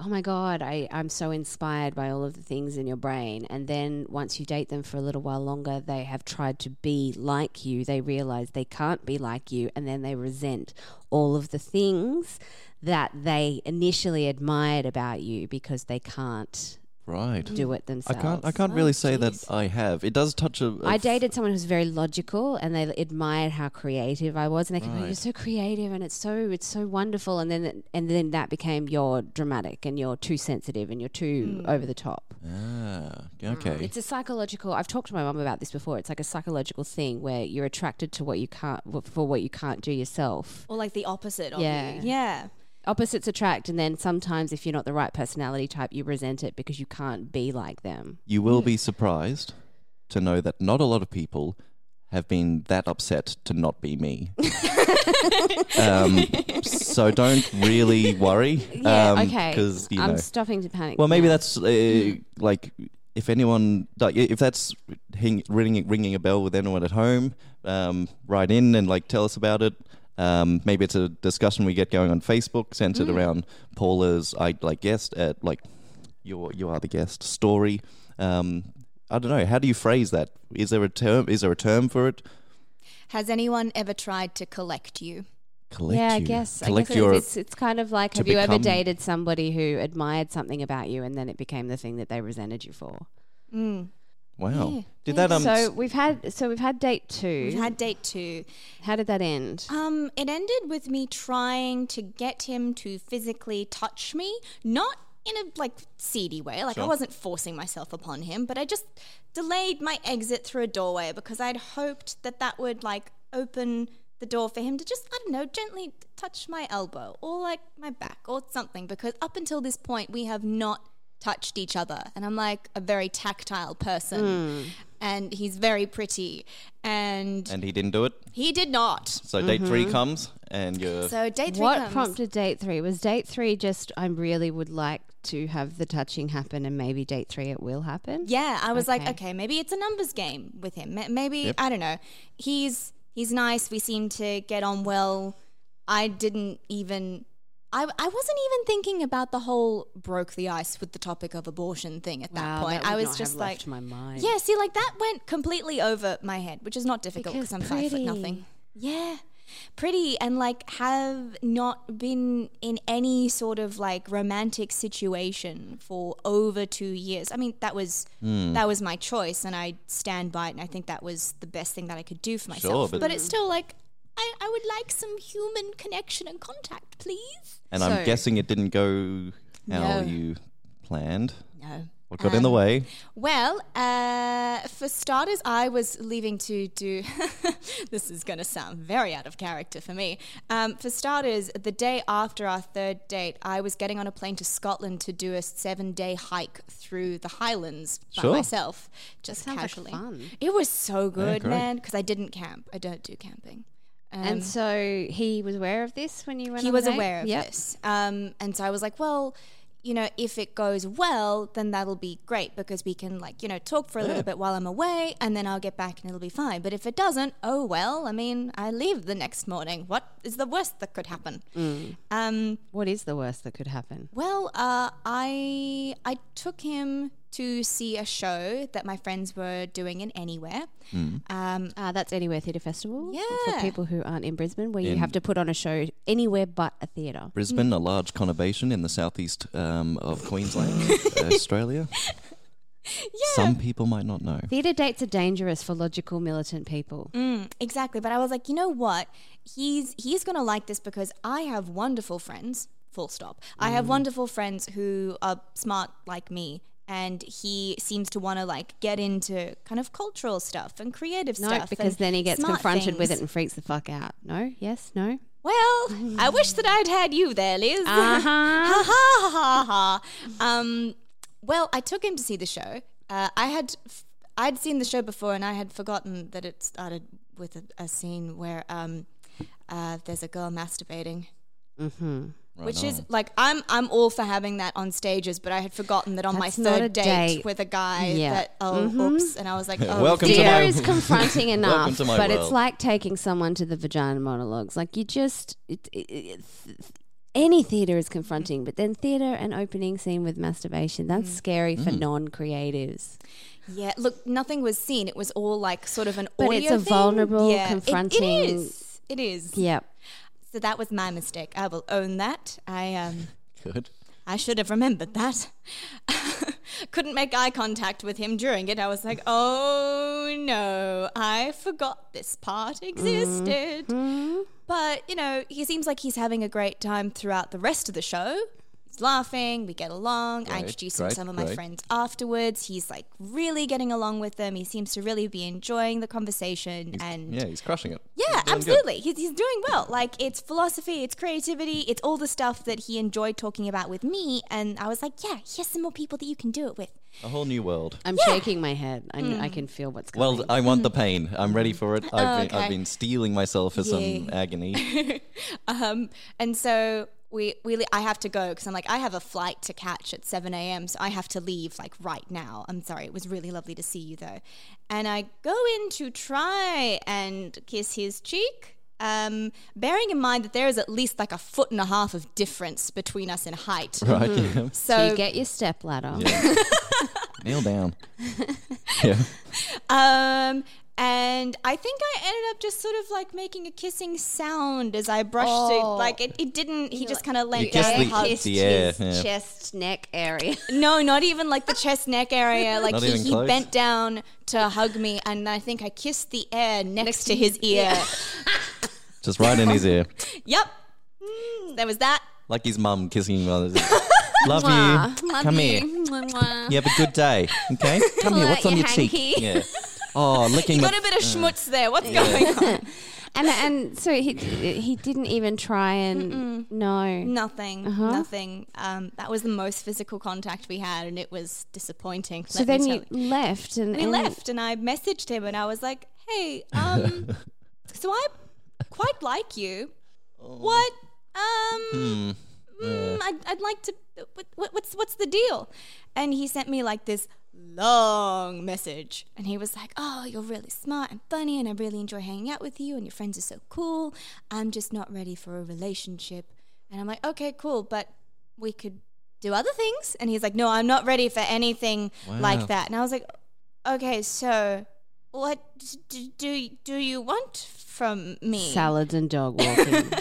A: oh my God, I, I'm so inspired by all of the things in your brain. And then once you date them for a little while longer, they have tried to be like you. They realize they can't be like you. And then they resent all of the things that they initially admired about you because they can't
B: right.
A: do it
B: I
A: themselves.
B: can't I can't really say that I have. It does touch a. a
A: I dated someone who's very logical, and they admired how creative I was, and they kept going,
B: Right.
A: "You're so creative, and it's so it's so wonderful." And then and then that became you're dramatic, and you're too sensitive, and you're too over the top.
B: Ah, okay.
A: Mm, It's a psychological. I've talked to my mum about this before. It's like a psychological thing where you're attracted to what you can't for what you can't do yourself.
C: Or like the opposite of
A: Yeah.
C: you. Yeah.
A: Opposites attract, and then sometimes if you're not the right personality type, you resent it because you can't be like them.
B: You will be surprised to know that not a lot of people have been that upset to not
A: [laughs]
B: be me. um, so don't really worry.
A: Yeah. okay.
B: Because Um, you
A: I'm
B: know.
A: stopping to panic.
B: Well, maybe
A: now.
B: that's uh, like if anyone like i- if that's hing, ringing ringing a bell with anyone at home, um, write in and like tell us about it. Um, maybe it's a discussion we get going on Facebook centered
A: Mm.
B: around Paula's I like guest at like your you are the guest story. Um, I don't know. How do you phrase that? Is there a term? Is there a term for it?
C: Has anyone ever tried to collect you?
B: Collect
A: yeah, I
B: you.
A: guess. I
B: Collect
A: guess
B: your.
A: it's, it's kind of like
B: to
A: have you ever
B: become-
A: dated somebody who admired something about you and then it became the thing that they resented you for?
B: wow.
C: Yeah.
B: Did that um?
A: so we've had so we've had Oh, date two.
C: We've had date two.
A: How did that end?
C: Um, it ended with me trying to get him to physically touch me, not in a like seedy way. Like I wasn't forcing myself upon him, but I just delayed my exit through a doorway because I'd hoped that that would like open the door for him to just I don't know gently touch my elbow or like my back or something. Because up until this point, we have not touched each other, and I'm like a very tactile person. And he's very pretty, and
B: and he didn't do it.
C: he did not.
B: So date three
A: Mm-hmm.
B: comes, and you're.
C: So date three
A: What
C: comes.
A: prompted date three? Was date three just I really would like to have the touching happen and maybe date three it will happen?
C: Yeah, I was
A: Okay.
C: like, okay, maybe it's a numbers game with him. Ma- Maybe I don't know. He's he's nice. We seem to get on well. I didn't even. I, I wasn't even thinking about the whole broke the ice with the topic of abortion thing at that
A: Wow,
C: point.
A: Um, would
C: I was
A: not have
C: just like,
A: left my mind.
C: yeah, see, like that went completely over my head, which is not difficult
A: Because
C: because I'm five foot
A: pretty.
C: nothing. Yeah, pretty and like have not been in any sort of like romantic situation for over two years. I mean, that was
B: Hmm.
C: that was my choice, and I stand by it, and I think that was the best thing that I could do for myself.
B: but-
C: but, it's still like. I, I would like some human connection and contact, please.
B: And
A: So-
B: I'm guessing it didn't go how
C: No.
B: you planned.
C: No. Um,
B: What got in the way?
C: Well, uh, for starters, I was leaving to do. [laughs] this is going to sound very out of character for me. Um, for starters, the day after our third date, I was getting on a plane to Scotland to do a seven day hike through the Highlands by
B: Sure.
C: myself, just
A: sounds like
C: casually.
A: fun.
C: It was so good,
B: great.
C: man, because I didn't camp. I don't do camping.
A: And so he was aware of this when you went.
C: He
A: on
C: was
A: the date?
C: aware of
A: Yep.
C: this. Um, and so I was like, well, you know, if it goes well, then that'll be great because we can, like, you know, talk for a little bit while I'm away and then I'll get back and it'll be fine. But if it doesn't, oh well, I mean, I leave the next morning. What is the worst that could happen? Um,
A: Mm. What is the worst that could happen?
C: well, uh, I I took him to see a show that my friends were doing in Anywhere. Um,
A: Uh, that's Anywhere Theatre Festival. For
C: Yeah.
A: people who aren't in Brisbane, where you have to put on a show anywhere but a theatre.
C: mm.
B: Brisbane, a large conurbation in the southeast um, of
C: [laughs]
B: Queensland, Australia. Some people might not know.
A: Theatre dates are dangerous for logical, militant people.
C: Mm, Exactly. But I was like, you know what? He's he's gonna like this because I have wonderful friends. Full stop. I
A: Mm.
C: have wonderful friends who are smart like me. And he seems to want to like get into kind of cultural stuff and creative
A: No,
C: stuff.
A: because
C: and
A: then he gets
C: smart
A: confronted with it
C: things.
A: and freaks the fuck out. No? Yes? No?
C: Well, I wish that I'd had you there, Liz. [laughs]
A: Uh-huh.
C: ha ha ha ha ha. Um, well, I took him to see the show. Uh, I had f- I'd seen the show before, and I had forgotten that it started with a, a scene where um, uh, there's a girl masturbating. Mm-hmm. Which is like I'm I'm all for having that on stages, but I had forgotten that on
A: That's
C: my
A: not a
C: third date,
A: date.
C: with a guy
A: Yeah. Mm-hmm.
C: that oh oops, and I was like oh,
B: Welcome to
A: Theatre
B: my-
A: is
B: [laughs]
A: confronting enough,
B: Welcome to my
A: but it's
B: world.
A: like taking someone to the vagina monologues. Like you just, it, it, it, any theatre is confronting, but then theatre and opening scene with
C: Mm.
A: masturbation—that's scary for
B: Mm.
A: non-creatives.
C: yeah. Look, nothing was seen. It was all like sort of an
A: But
C: audio
A: it's a
C: thing.
A: vulnerable,
C: Yeah, it-
A: confronting-
C: It is. It is.
A: Yep.
C: So that was my mistake. I will own that. I um
B: Good.
C: I should have remembered that. [laughs] Couldn't make eye contact with him during it. I was like, "Oh no, I forgot this part existed."
B: Mm-hmm.
C: But, you know, he seems like he's having a great time throughout the rest of the show. He's laughing, we get along. I
B: Great,
C: introduce him to
B: great,
C: some of my
B: great.
C: friends afterwards. He's like really getting along with them. He seems to really be enjoying the conversation and
B: Yeah, he's crushing it.
C: yeah,
B: He's doing good.
C: absolutely. He's, he's doing well. Like, it's philosophy, it's creativity, it's all the stuff that he enjoyed talking about with me. And I was like, yeah, here's some more people that you can do it with.
B: A whole new world.
C: Um,
A: I'm shaking my head. I, kn-
C: Mm.
A: I can feel what's going.
B: Well, I
C: [laughs]
B: want the pain. I'm ready for it. I've, been, I've
C: okay.
B: been stealing myself for some
C: Yeah. [laughs]
B: agony.
C: Um, and so we, we le- I have to go because I'm like, I have a flight to catch at 7 a.m. So I have to leave like right now. I'm sorry. It was really lovely to see you though. And I go in to try and kiss his cheek. Um, bearing in mind that there is at least like a foot and a half of difference between us in height.
B: Right? Yeah.
C: So,
A: So you get your step ladder.
B: Kneel
C: [laughs]
B: down. Yeah.
C: Um, and I think I ended up just sort of like making a kissing sound as I brushed
A: Oh.
C: it. Like it, it didn't. He just kind of
B: You
C: let
B: kissed
C: down.
B: the-
C: hugged-
B: kissed the air, his yeah.
A: chest, neck
C: [laughs]
A: area.
C: No, not even like the chest neck [laughs] area. Like
B: Not
C: he,
B: even
C: he
B: close?
C: bent down to hug me, and I think I kissed the air next, to his ear. [laughs]
B: Just right in his ear.
C: yep, there was that.
B: Like his mum
C: [laughs]
B: kissing him. on the- Love you. Come here. You have a good day.
A: [laughs]
B: Okay? Come here.
A: out
B: What's on
A: your
B: your, cheek?
A: hanky.
B: Yeah. Oh, licking
C: You
B: my-
C: got a bit of schmutz there. What's going [laughs] on?
A: And and so he he didn't even try and no.
C: Nothing. Nothing. Um, that was the most physical contact we had, and it was disappointing.
A: So
C: let me
A: then
C: tell
A: you left and
C: we
A: and-
C: left and I messaged him and I was like,
A: [laughs]
C: hey, um, so I quite like you.
A: Oh.
C: What? Um,
A: Hmm.
C: mm, I'd, I'd like to, what, what- what's, what's the deal? And he sent me like this long message and he was like, oh, you're really smart and funny and I really enjoy hanging out with you and your friends are so cool. I'm just not ready for a relationship. And I'm like, okay, cool, but we could do other things. And he's like, no, I'm not ready for anything
B: Wow.
C: like that. And I was like, okay, so what do, do, do you want from me?
A: Salads and dog walking.
C: [laughs]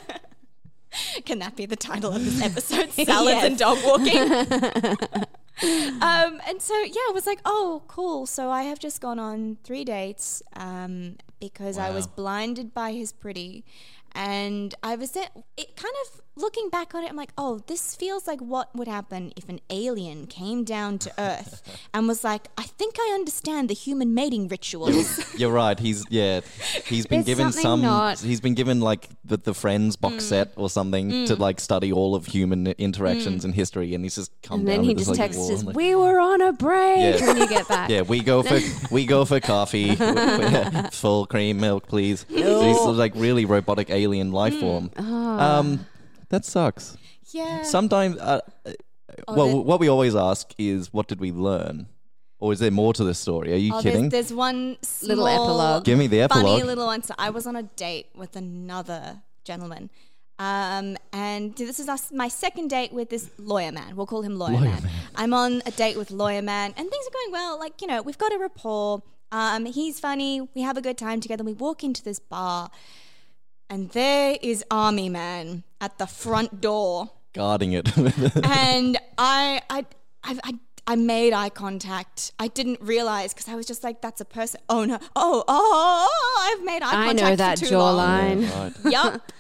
C: Can that be the title of this episode? Salads and dog walking. um, and so, yeah, I was like, oh, cool. So I have just gone on three dates um, because I was
B: Wow.
C: blinded by his pretty. And I was it, it kind of looking back on it, I'm like, oh, this feels like what would happen if an alien came down to Earth and was like, I think I understand the human mating rituals.
B: [laughs] You're right. He's yeah. He's been
A: There's
B: given
A: something
B: some.
A: not- Mm.
B: He's been given like the, the Friends box set or something to like study all of human interactions and history, and he's just come
A: Mm. and
B: down
A: then he
B: with
A: just
B: this, like,
A: texts
B: wall.
A: us,
B: I'm like,
A: "We were on a break."
B: Yeah.
A: When you get back,
B: [laughs] yeah, we go for we go for coffee, [laughs] We- we- full cream milk, please. So he's sort of like really robotic alien life
A: Mm.
B: form.
A: Ah.
B: Um, that sucks.
C: yeah.
B: Sometimes, uh, uh, well,
C: Oh, there-
B: what we always ask is, what did we learn, or is there more to this story? Are you
C: Oh,
B: kidding?
C: there's, there's one small,
A: Little epilogue.
B: Give me the epilogue.
C: funny little answer. I was on a date with another gentleman. Um, and this is us, my second date with this lawyer man. We'll call him lawyer, man. I'm on a date with lawyer man, and things are going well. Like you know, we've got a rapport. Um, he's funny. We have a good time together. We walk into this bar, and there is Army Man at the front door,
B: guarding
C: [laughs]
B: it. [laughs]
C: and I, I, I. I I made eye contact. I didn't realize because I was just like, "That's a person." Oh no! Oh, oh, oh, oh, I've made eye
A: I
C: contact.
A: know
C: for
A: that
C: too long
A: jawline.
B: Right.
A: [laughs]
C: yup.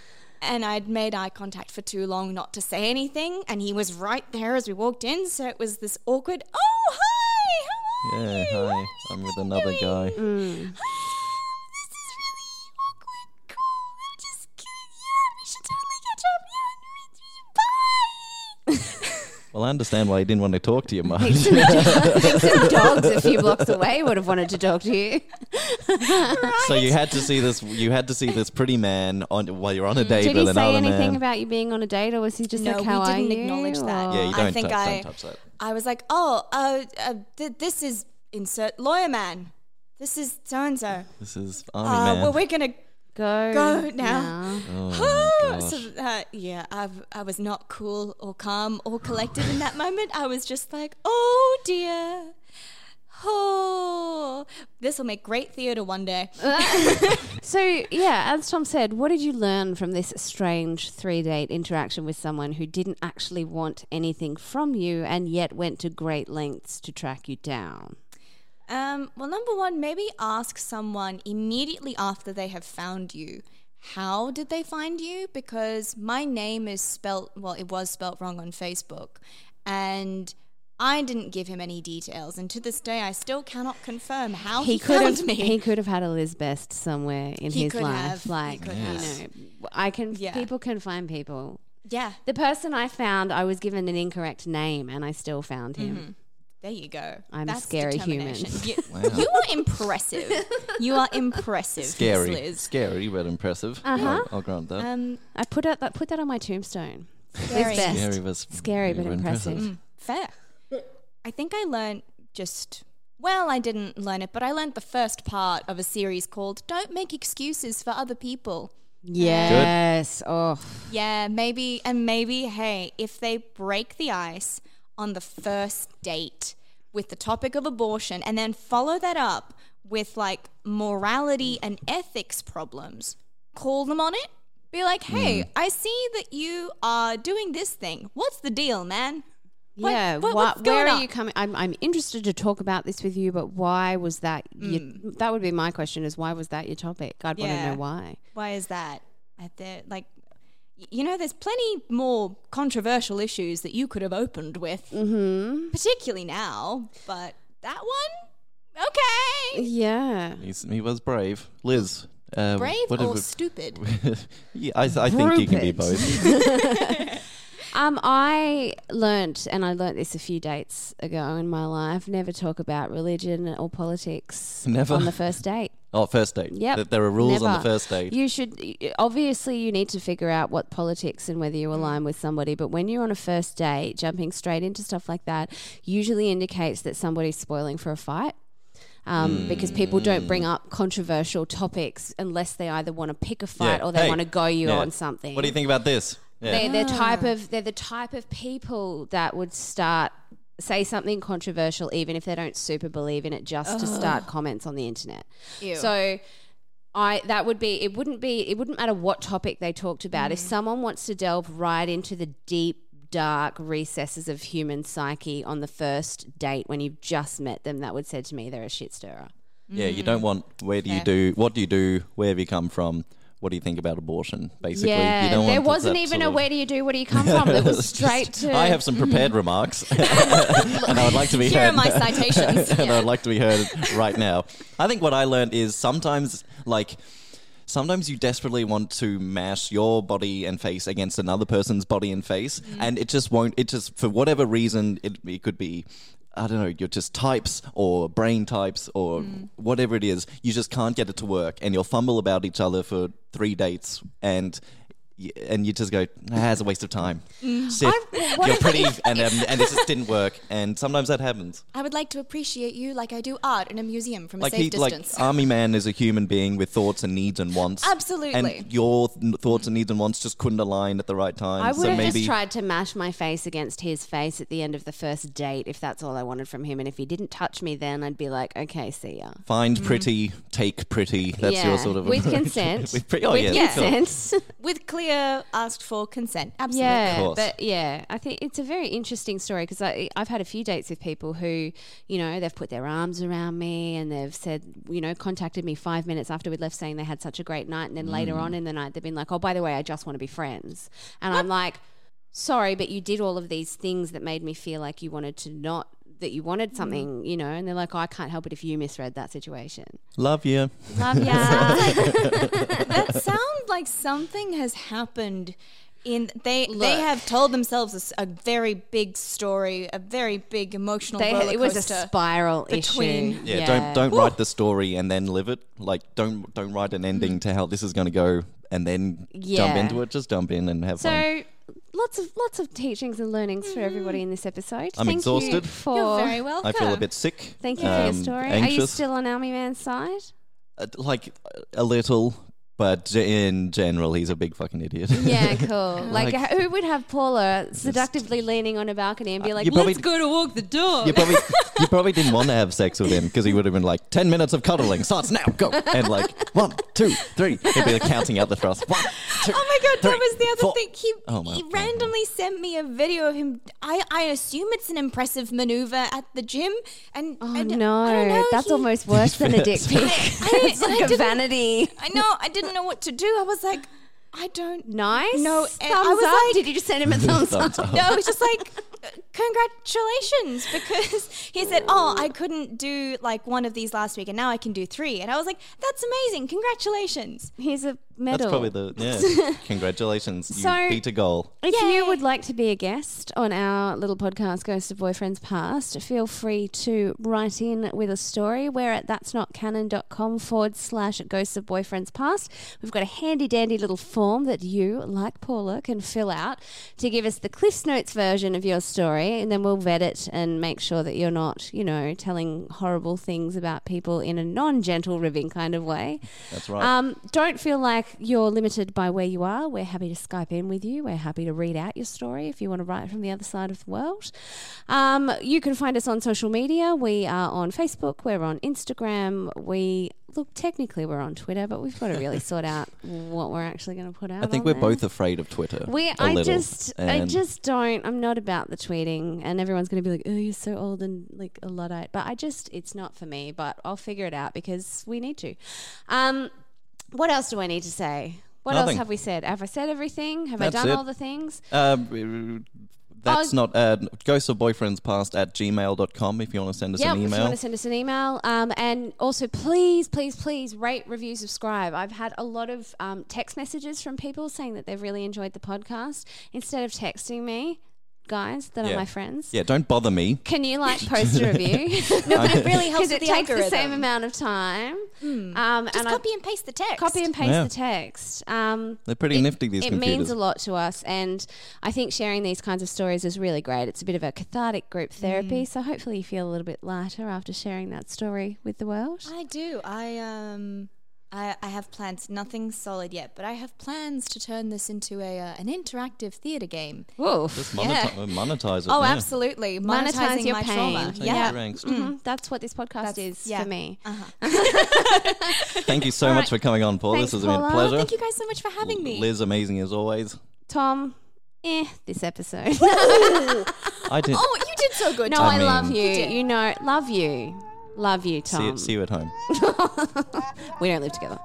C: And I'd made eye contact for too long not to say anything, and he was right there as we walked in, so it was this awkward, oh, hi, how are
B: Yeah,
C: you? What
B: hi.
C: have you
B: I'm
C: been
B: with another
C: doing?
B: guy.
C: This is really awkward, cool, I'm just kidding, yeah, we should totally catch up, yeah, we-
A: [laughs]
C: we- bye.
B: Well, I understand why he didn't want to talk to you much.
A: [laughs] Some dogs a few blocks away would have wanted to talk to you.
B: [laughs] so you had to see this. You had to see this pretty man on while you're
C: Mm.
B: on a date
A: Did he
B: with
A: say
B: another
A: anything
B: man.
A: about you being on a date, or was he just
C: No,
A: like,
C: we
A: "How are
C: didn't
A: you?"
C: acknowledge that.
A: or-
B: yeah, you
C: I
B: don't,
C: think
B: touch,
C: I-
B: don't touch that.
C: I was like, oh, uh, uh, th- this is insert lawyer man. This is so and so.
B: This is
C: Uh,
B: army
C: Well,
B: man.
C: we're gonna
A: Go,
C: Go now.
A: now.
B: Oh,
C: [gasps] so, uh, yeah, I've, I was not cool or calm or collected in that moment. I was just like, oh dear. Oh, this will make great theatre one day.
A: So yeah, as Tom said, what did you learn from this strange three-date interaction with someone who didn't actually want anything from you and yet went to great lengths to track you down?
C: Um, well, number one, maybe ask someone immediately after they have found you. How did they find you? Because my name is spelt, well, it was spelt wrong on Facebook. And I didn't give him any details. And to this day, I still cannot confirm how Oh, he, found
A: have
C: me.
A: he could have had a Liz Best somewhere in
C: He
A: his
C: could
A: life.
C: have. He
A: Like
C: could
A: you
C: have.
A: know, I can
C: Yeah.
A: people can find people.
C: yeah,
A: The person I found, I was given an incorrect name, and I still found him.
C: Mm-hmm. There you go.
A: I'm a scary human.
C: determination. You, you are impressive. You are impressive, Miss
B: scary,
C: Liz.
B: scary, but impressive.
C: Uh-huh.
B: I'll, I'll grant that.
C: Um,
A: I put out that put that on my tombstone.
C: Scary.
A: Liz Best.
B: scary, but,
A: Scary but impressive.
C: fair. I think I learned just. Well, I didn't learn it, but I learned the first part of a series called "Don't Make Excuses for Other People."
A: Yes. Oh,
C: Yeah, maybe, and maybe, hey, if they break the ice on the first date with the topic of abortion, and then follow that up with like morality and ethics problems, call them on it. Be like, hey, I see that you are doing this thing. What's the deal, man? What-
A: yeah.
C: what-
A: why-
C: what's going
A: where are
C: on?
A: you coming? I'm, I'm interested to talk about this with you, but why was that? Your, that would be my question: is why was that your topic? I'd want to
C: Mm. Yeah.
A: know why.
C: Why is that? At the like, y- you know, there's plenty more controversial issues that you could have opened with, mm-hmm. particularly now. But that one, okay.
A: Yeah.
B: He's, he was brave, Liz. Uh,
C: Brave
B: what
C: or
B: have
C: stupid?
B: we- [laughs] yeah, I, I think you can be
A: Rupert.
B: both.
A: Um, I learnt, and I learnt this a few dates ago in my life. Never talk about religion or politics
B: Never.
A: on the first date.
B: Oh, first date.
A: Yep.
B: That there are rules on the
A: Never.
B: first date.
A: You should obviously you need to figure out what politics and whether you align with somebody. But when you're on a first date, jumping straight into stuff like that usually indicates that somebody's spoiling for a fight. Um,
B: Hmm.
A: Because people don't bring up controversial topics unless they either want to pick a fight
B: Yeah.
A: or they
B: Hey.
A: want to go you
B: Yeah.
A: on something.
B: What do you think about this? Yeah.
A: They're, they're
C: Ah.
A: type of they're the type of people that would start say something controversial even if they don't super believe in it just to start comments on the internet. So I that would be it wouldn't be it wouldn't matter what topic they talked about.
C: Mm.
A: If someone wants to delve right into the deep dark recesses of human psyche on the first date when you've just met them that would say to me they're a shit stirrer.
B: Yeah,
A: Mm-hmm.
B: you don't want where do you do what do you do, where have you come from, what do you think about abortion? Basically, you
A: Yeah,
B: don't
A: there
B: want
A: wasn't
B: that
A: even
B: sort
A: a
B: of- [laughs]
A: where do you do where do you come from. It was straight to
B: I have some prepared remarks,
A: [laughs]
B: [laughs] and I would like to be
C: Here are
B: heard.
C: my citations.
B: [laughs] and I'd like to be heard right now. I think what I learned is sometimes, like, sometimes you desperately want to mash your body and face against another person's body and face, and it just won't. It just for whatever reason, it, it could be. I don't know, you're just types or brain types or whatever it is. You just can't get it to work and you'll fumble about each other for three dates and y- and you just go, ah, it's a waste of time. Shit, you're pretty, and, um, and this just didn't work. And sometimes that happens.
C: I would like to appreciate you like I do art in a museum from
B: Like uh,
C: a safe
B: he,
C: distance.
A: [laughs]
B: like Army Man is a human being with thoughts and needs and wants.
C: Absolutely.
B: And your th- thoughts and needs and wants just couldn't align at the right time.
A: I would
B: so
A: have
B: maybe
A: just tried to mash my face against his face at the end of the first date if that's all I wanted from him. And if he didn't touch me then, I'd be like, okay, see ya.
B: find pretty, take pretty. That's
A: Mm. yeah.
B: your sort of
A: With
B: [laughs] approach.
A: consent.
B: With pre- oh, yeah, sure.
A: consent.
C: With clear asked for consent. Absolutely.
B: Of
A: Yeah,
B: course.
A: but yeah, I think it's a very interesting story because I've had a few dates with people who, you know, they've put their arms around me and they've said, you know, contacted me five minutes after we'd left saying they had such a great night. And then later
B: Mm.
A: on in the night, they've been like, oh, by the way, I just want to be friends. And I'm like, sorry, but you did all of these things that made me feel like you wanted to not, that you wanted
B: Mm.
A: something, you know, and they're like, oh, I can't help it if you misread that situation.
B: Love you.
A: Love [laughs] ya.
C: Um, [laughs] that sounds like something has happened in they
A: Look.
C: they have told themselves a s- a, very big story a very big emotional
A: They-
C: roller
A: it was a
C: coaster.
A: spiral
C: between-
A: issue.
B: Yeah, don't don't write the story and then live it. Like don't don't write an ending to how this is going to go and then jump
A: Mm. Yeah.
B: into it. Just jump in and have fun. Mm.
A: So lots of lots of teachings and learnings for everybody in this episode.
B: I'm
A: Thank You
B: exhausted.
A: for
C: You're very welcome.
B: I feel a bit sick.
A: Thank you for your
B: um,
A: story. Are you
B: anxious,
A: still on Army Man's side?
B: uh, like a little, but ge- in general, he's a big fucking idiot. [laughs]
A: Yeah, cool. Like,
B: Like-
A: who would have Paula seductively leaning on a balcony and be like,
B: Uh, you probably-
A: "Let's go to walk the dog"?
B: You probably, you probably didn't want to have sex with him because he would have been like, 10 minutes of cuddling starts now, go. And like, one, two, three. He'd be like counting out the thrust. One, two,
C: Oh my god,
B: three,
C: that was the other
B: four.
C: thing. He,
B: Oh my
C: he
B: God.
C: randomly sent me a video of him. I, I assume it's an impressive maneuver at the gym. And
A: Oh
C: I d- I
A: no,
C: don't know,
A: that's
C: he-
A: almost worse than a dick pic. it's
C: [laughs] I
A: [laughs] like a
C: didn't-
A: vanity.
C: I know. I didn't know what to do. I was like, I don't. know.
A: Nice.
C: No,
A: thumbs
C: and I was
A: up.
C: like-
A: Did you just send him a thumbs up?
B: [laughs] Thumbs up.
C: [laughs] No, it's just like uh, congratulations because he said, "Oh, I couldn't do like one of these last week, and now I can do three. And I was like, "That's amazing! Congratulations!"
A: Here's a
B: That's
A: medal.
B: probably the,
A: [laughs]
B: yeah. Congratulations. You
A: So-
B: beat a goal.
A: If
C: Yay.
A: you would like to be a guest on our little podcast, Ghost of Boyfriends Past, feel free to write in with a story. We're at that's not canon.com forward slash Ghost of Boyfriends Past. We've got a handy dandy little form that you, like Paula, can fill out to give us the Cliffs Notes version of your story, and then we'll vet it and make sure that you're not, you know, telling horrible things about people in a non gentle ribbing kind of way.
B: That's right.
A: Um, don't feel like you're limited by where you are. We're happy to Skype in with you. We're happy to read out your story if you want to write from the other side of the world. Um, you can find us on social media. We are on Facebook. We're on Instagram. We look technically we're on Twitter, but we've got to really sort
B: [laughs]
A: out what we're actually going to put out.
B: I think
A: on
B: we're
A: there.
B: both afraid of Twitter.
A: We,
B: I
A: I just, I just don't. I'm not about the tweeting, and everyone's going to be like, "Oh, you're so old and like a luddite." But I just, it's not for me. But I'll figure it out because we need to. Um, what else do I need to say? What else
B: Nothing.
A: have we said? Have I said everything? Have I
B: That's
A: done
B: it.
A: all the things?
B: Um, that's
A: Oh.
B: not uh, ghosts of boyfriends past at gmail.com if you want to send us
A: Yeah,
B: an
A: if you
B: email.
A: want to send us an email. Um, and also, please, please, please rate, review, subscribe. I've had a lot of um, text messages from people saying that they've really enjoyed the podcast. Instead of texting me, guys that
B: Yeah.
A: are my friends,
B: yeah, don't bother me.
A: Can you
B: [laughs]
A: like post a review? [laughs] no,
C: But it really helps
A: because
C: with
A: it
C: the
A: takes
C: algorithm. Hmm.
A: the same amount of time. Um,
C: Just
A: and
C: copy
A: I
C: and paste the text.
A: copy and paste
B: Yeah.
A: the text. Um,
B: They're pretty nifty, these
A: it
B: computers.
A: means a lot to us, and I think sharing these kinds of stories is really great. It's a bit of a cathartic group
C: Hmm.
A: therapy, so hopefully you feel a little bit lighter after sharing that story with the world.
C: I do. I um, I, I have plans. Nothing solid yet, but I have plans to turn this into a uh, an interactive theater game.
A: Whoa,
B: Just monetize, monetize it.
C: Oh,
B: yeah.
C: absolutely!
A: Monetize
C: Monetizing
A: your
C: my
A: pain.
C: trauma.
B: Thank
C: Yeah.
B: you,
C: [laughs]
B: Ranks.
A: Mhm, that's what this podcast is
C: Mm-hmm. yeah. Uh-huh.
A: for me.
B: Thank you so much for coming on, Paul.
A: Thanks,
B: this has been
A: Paula.
B: a pleasure.
C: Thank you guys so much for having me.
B: Liz, amazing as always.
A: Tom, eh, this episode.
B: I did.
C: Oh, you did so
A: [laughs]
C: good.
A: no,
C: Tom.
A: I,
B: mean-
A: love you.
C: You did.
A: You know, love you, love you,
B: see, you-
A: Tom.
B: see you at home.
A: [laughs] we don't live together.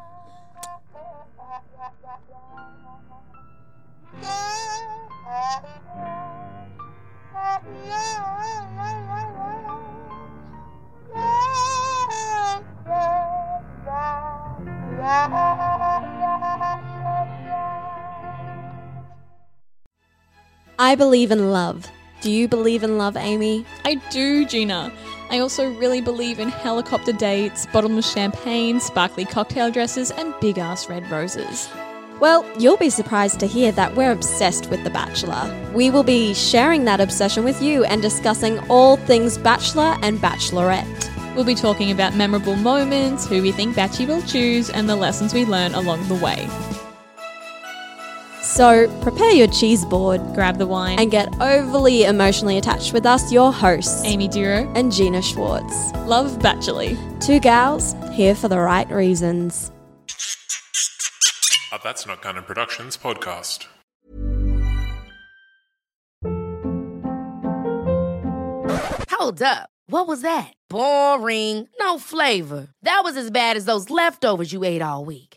D: I believe in love. Do you believe in love, Amy?
E: I do, Gina. I also really believe in helicopter dates, bottomless champagne, sparkly cocktail dresses, and big ass red roses.
A: Well, you'll be surprised to hear that we're obsessed with The Bachelor. We will be sharing that obsession with you and discussing all things Bachelor and Bachelorette.
E: We'll be talking about memorable moments, who we think Batchy will choose, and the lessons we learn along the way.
A: So prepare your cheese board
E: Grab the wine.
A: and get overly emotionally attached with us, your hosts,
E: Amy Duro,
A: and Gina Schwartz.
E: love Batchley.
A: Two gals here for the right reasons.
F: A Oh, That's Not Canon Productions podcast.
G: Hold up. What was that? Boring. No flavor. That was as bad as those leftovers you ate all week.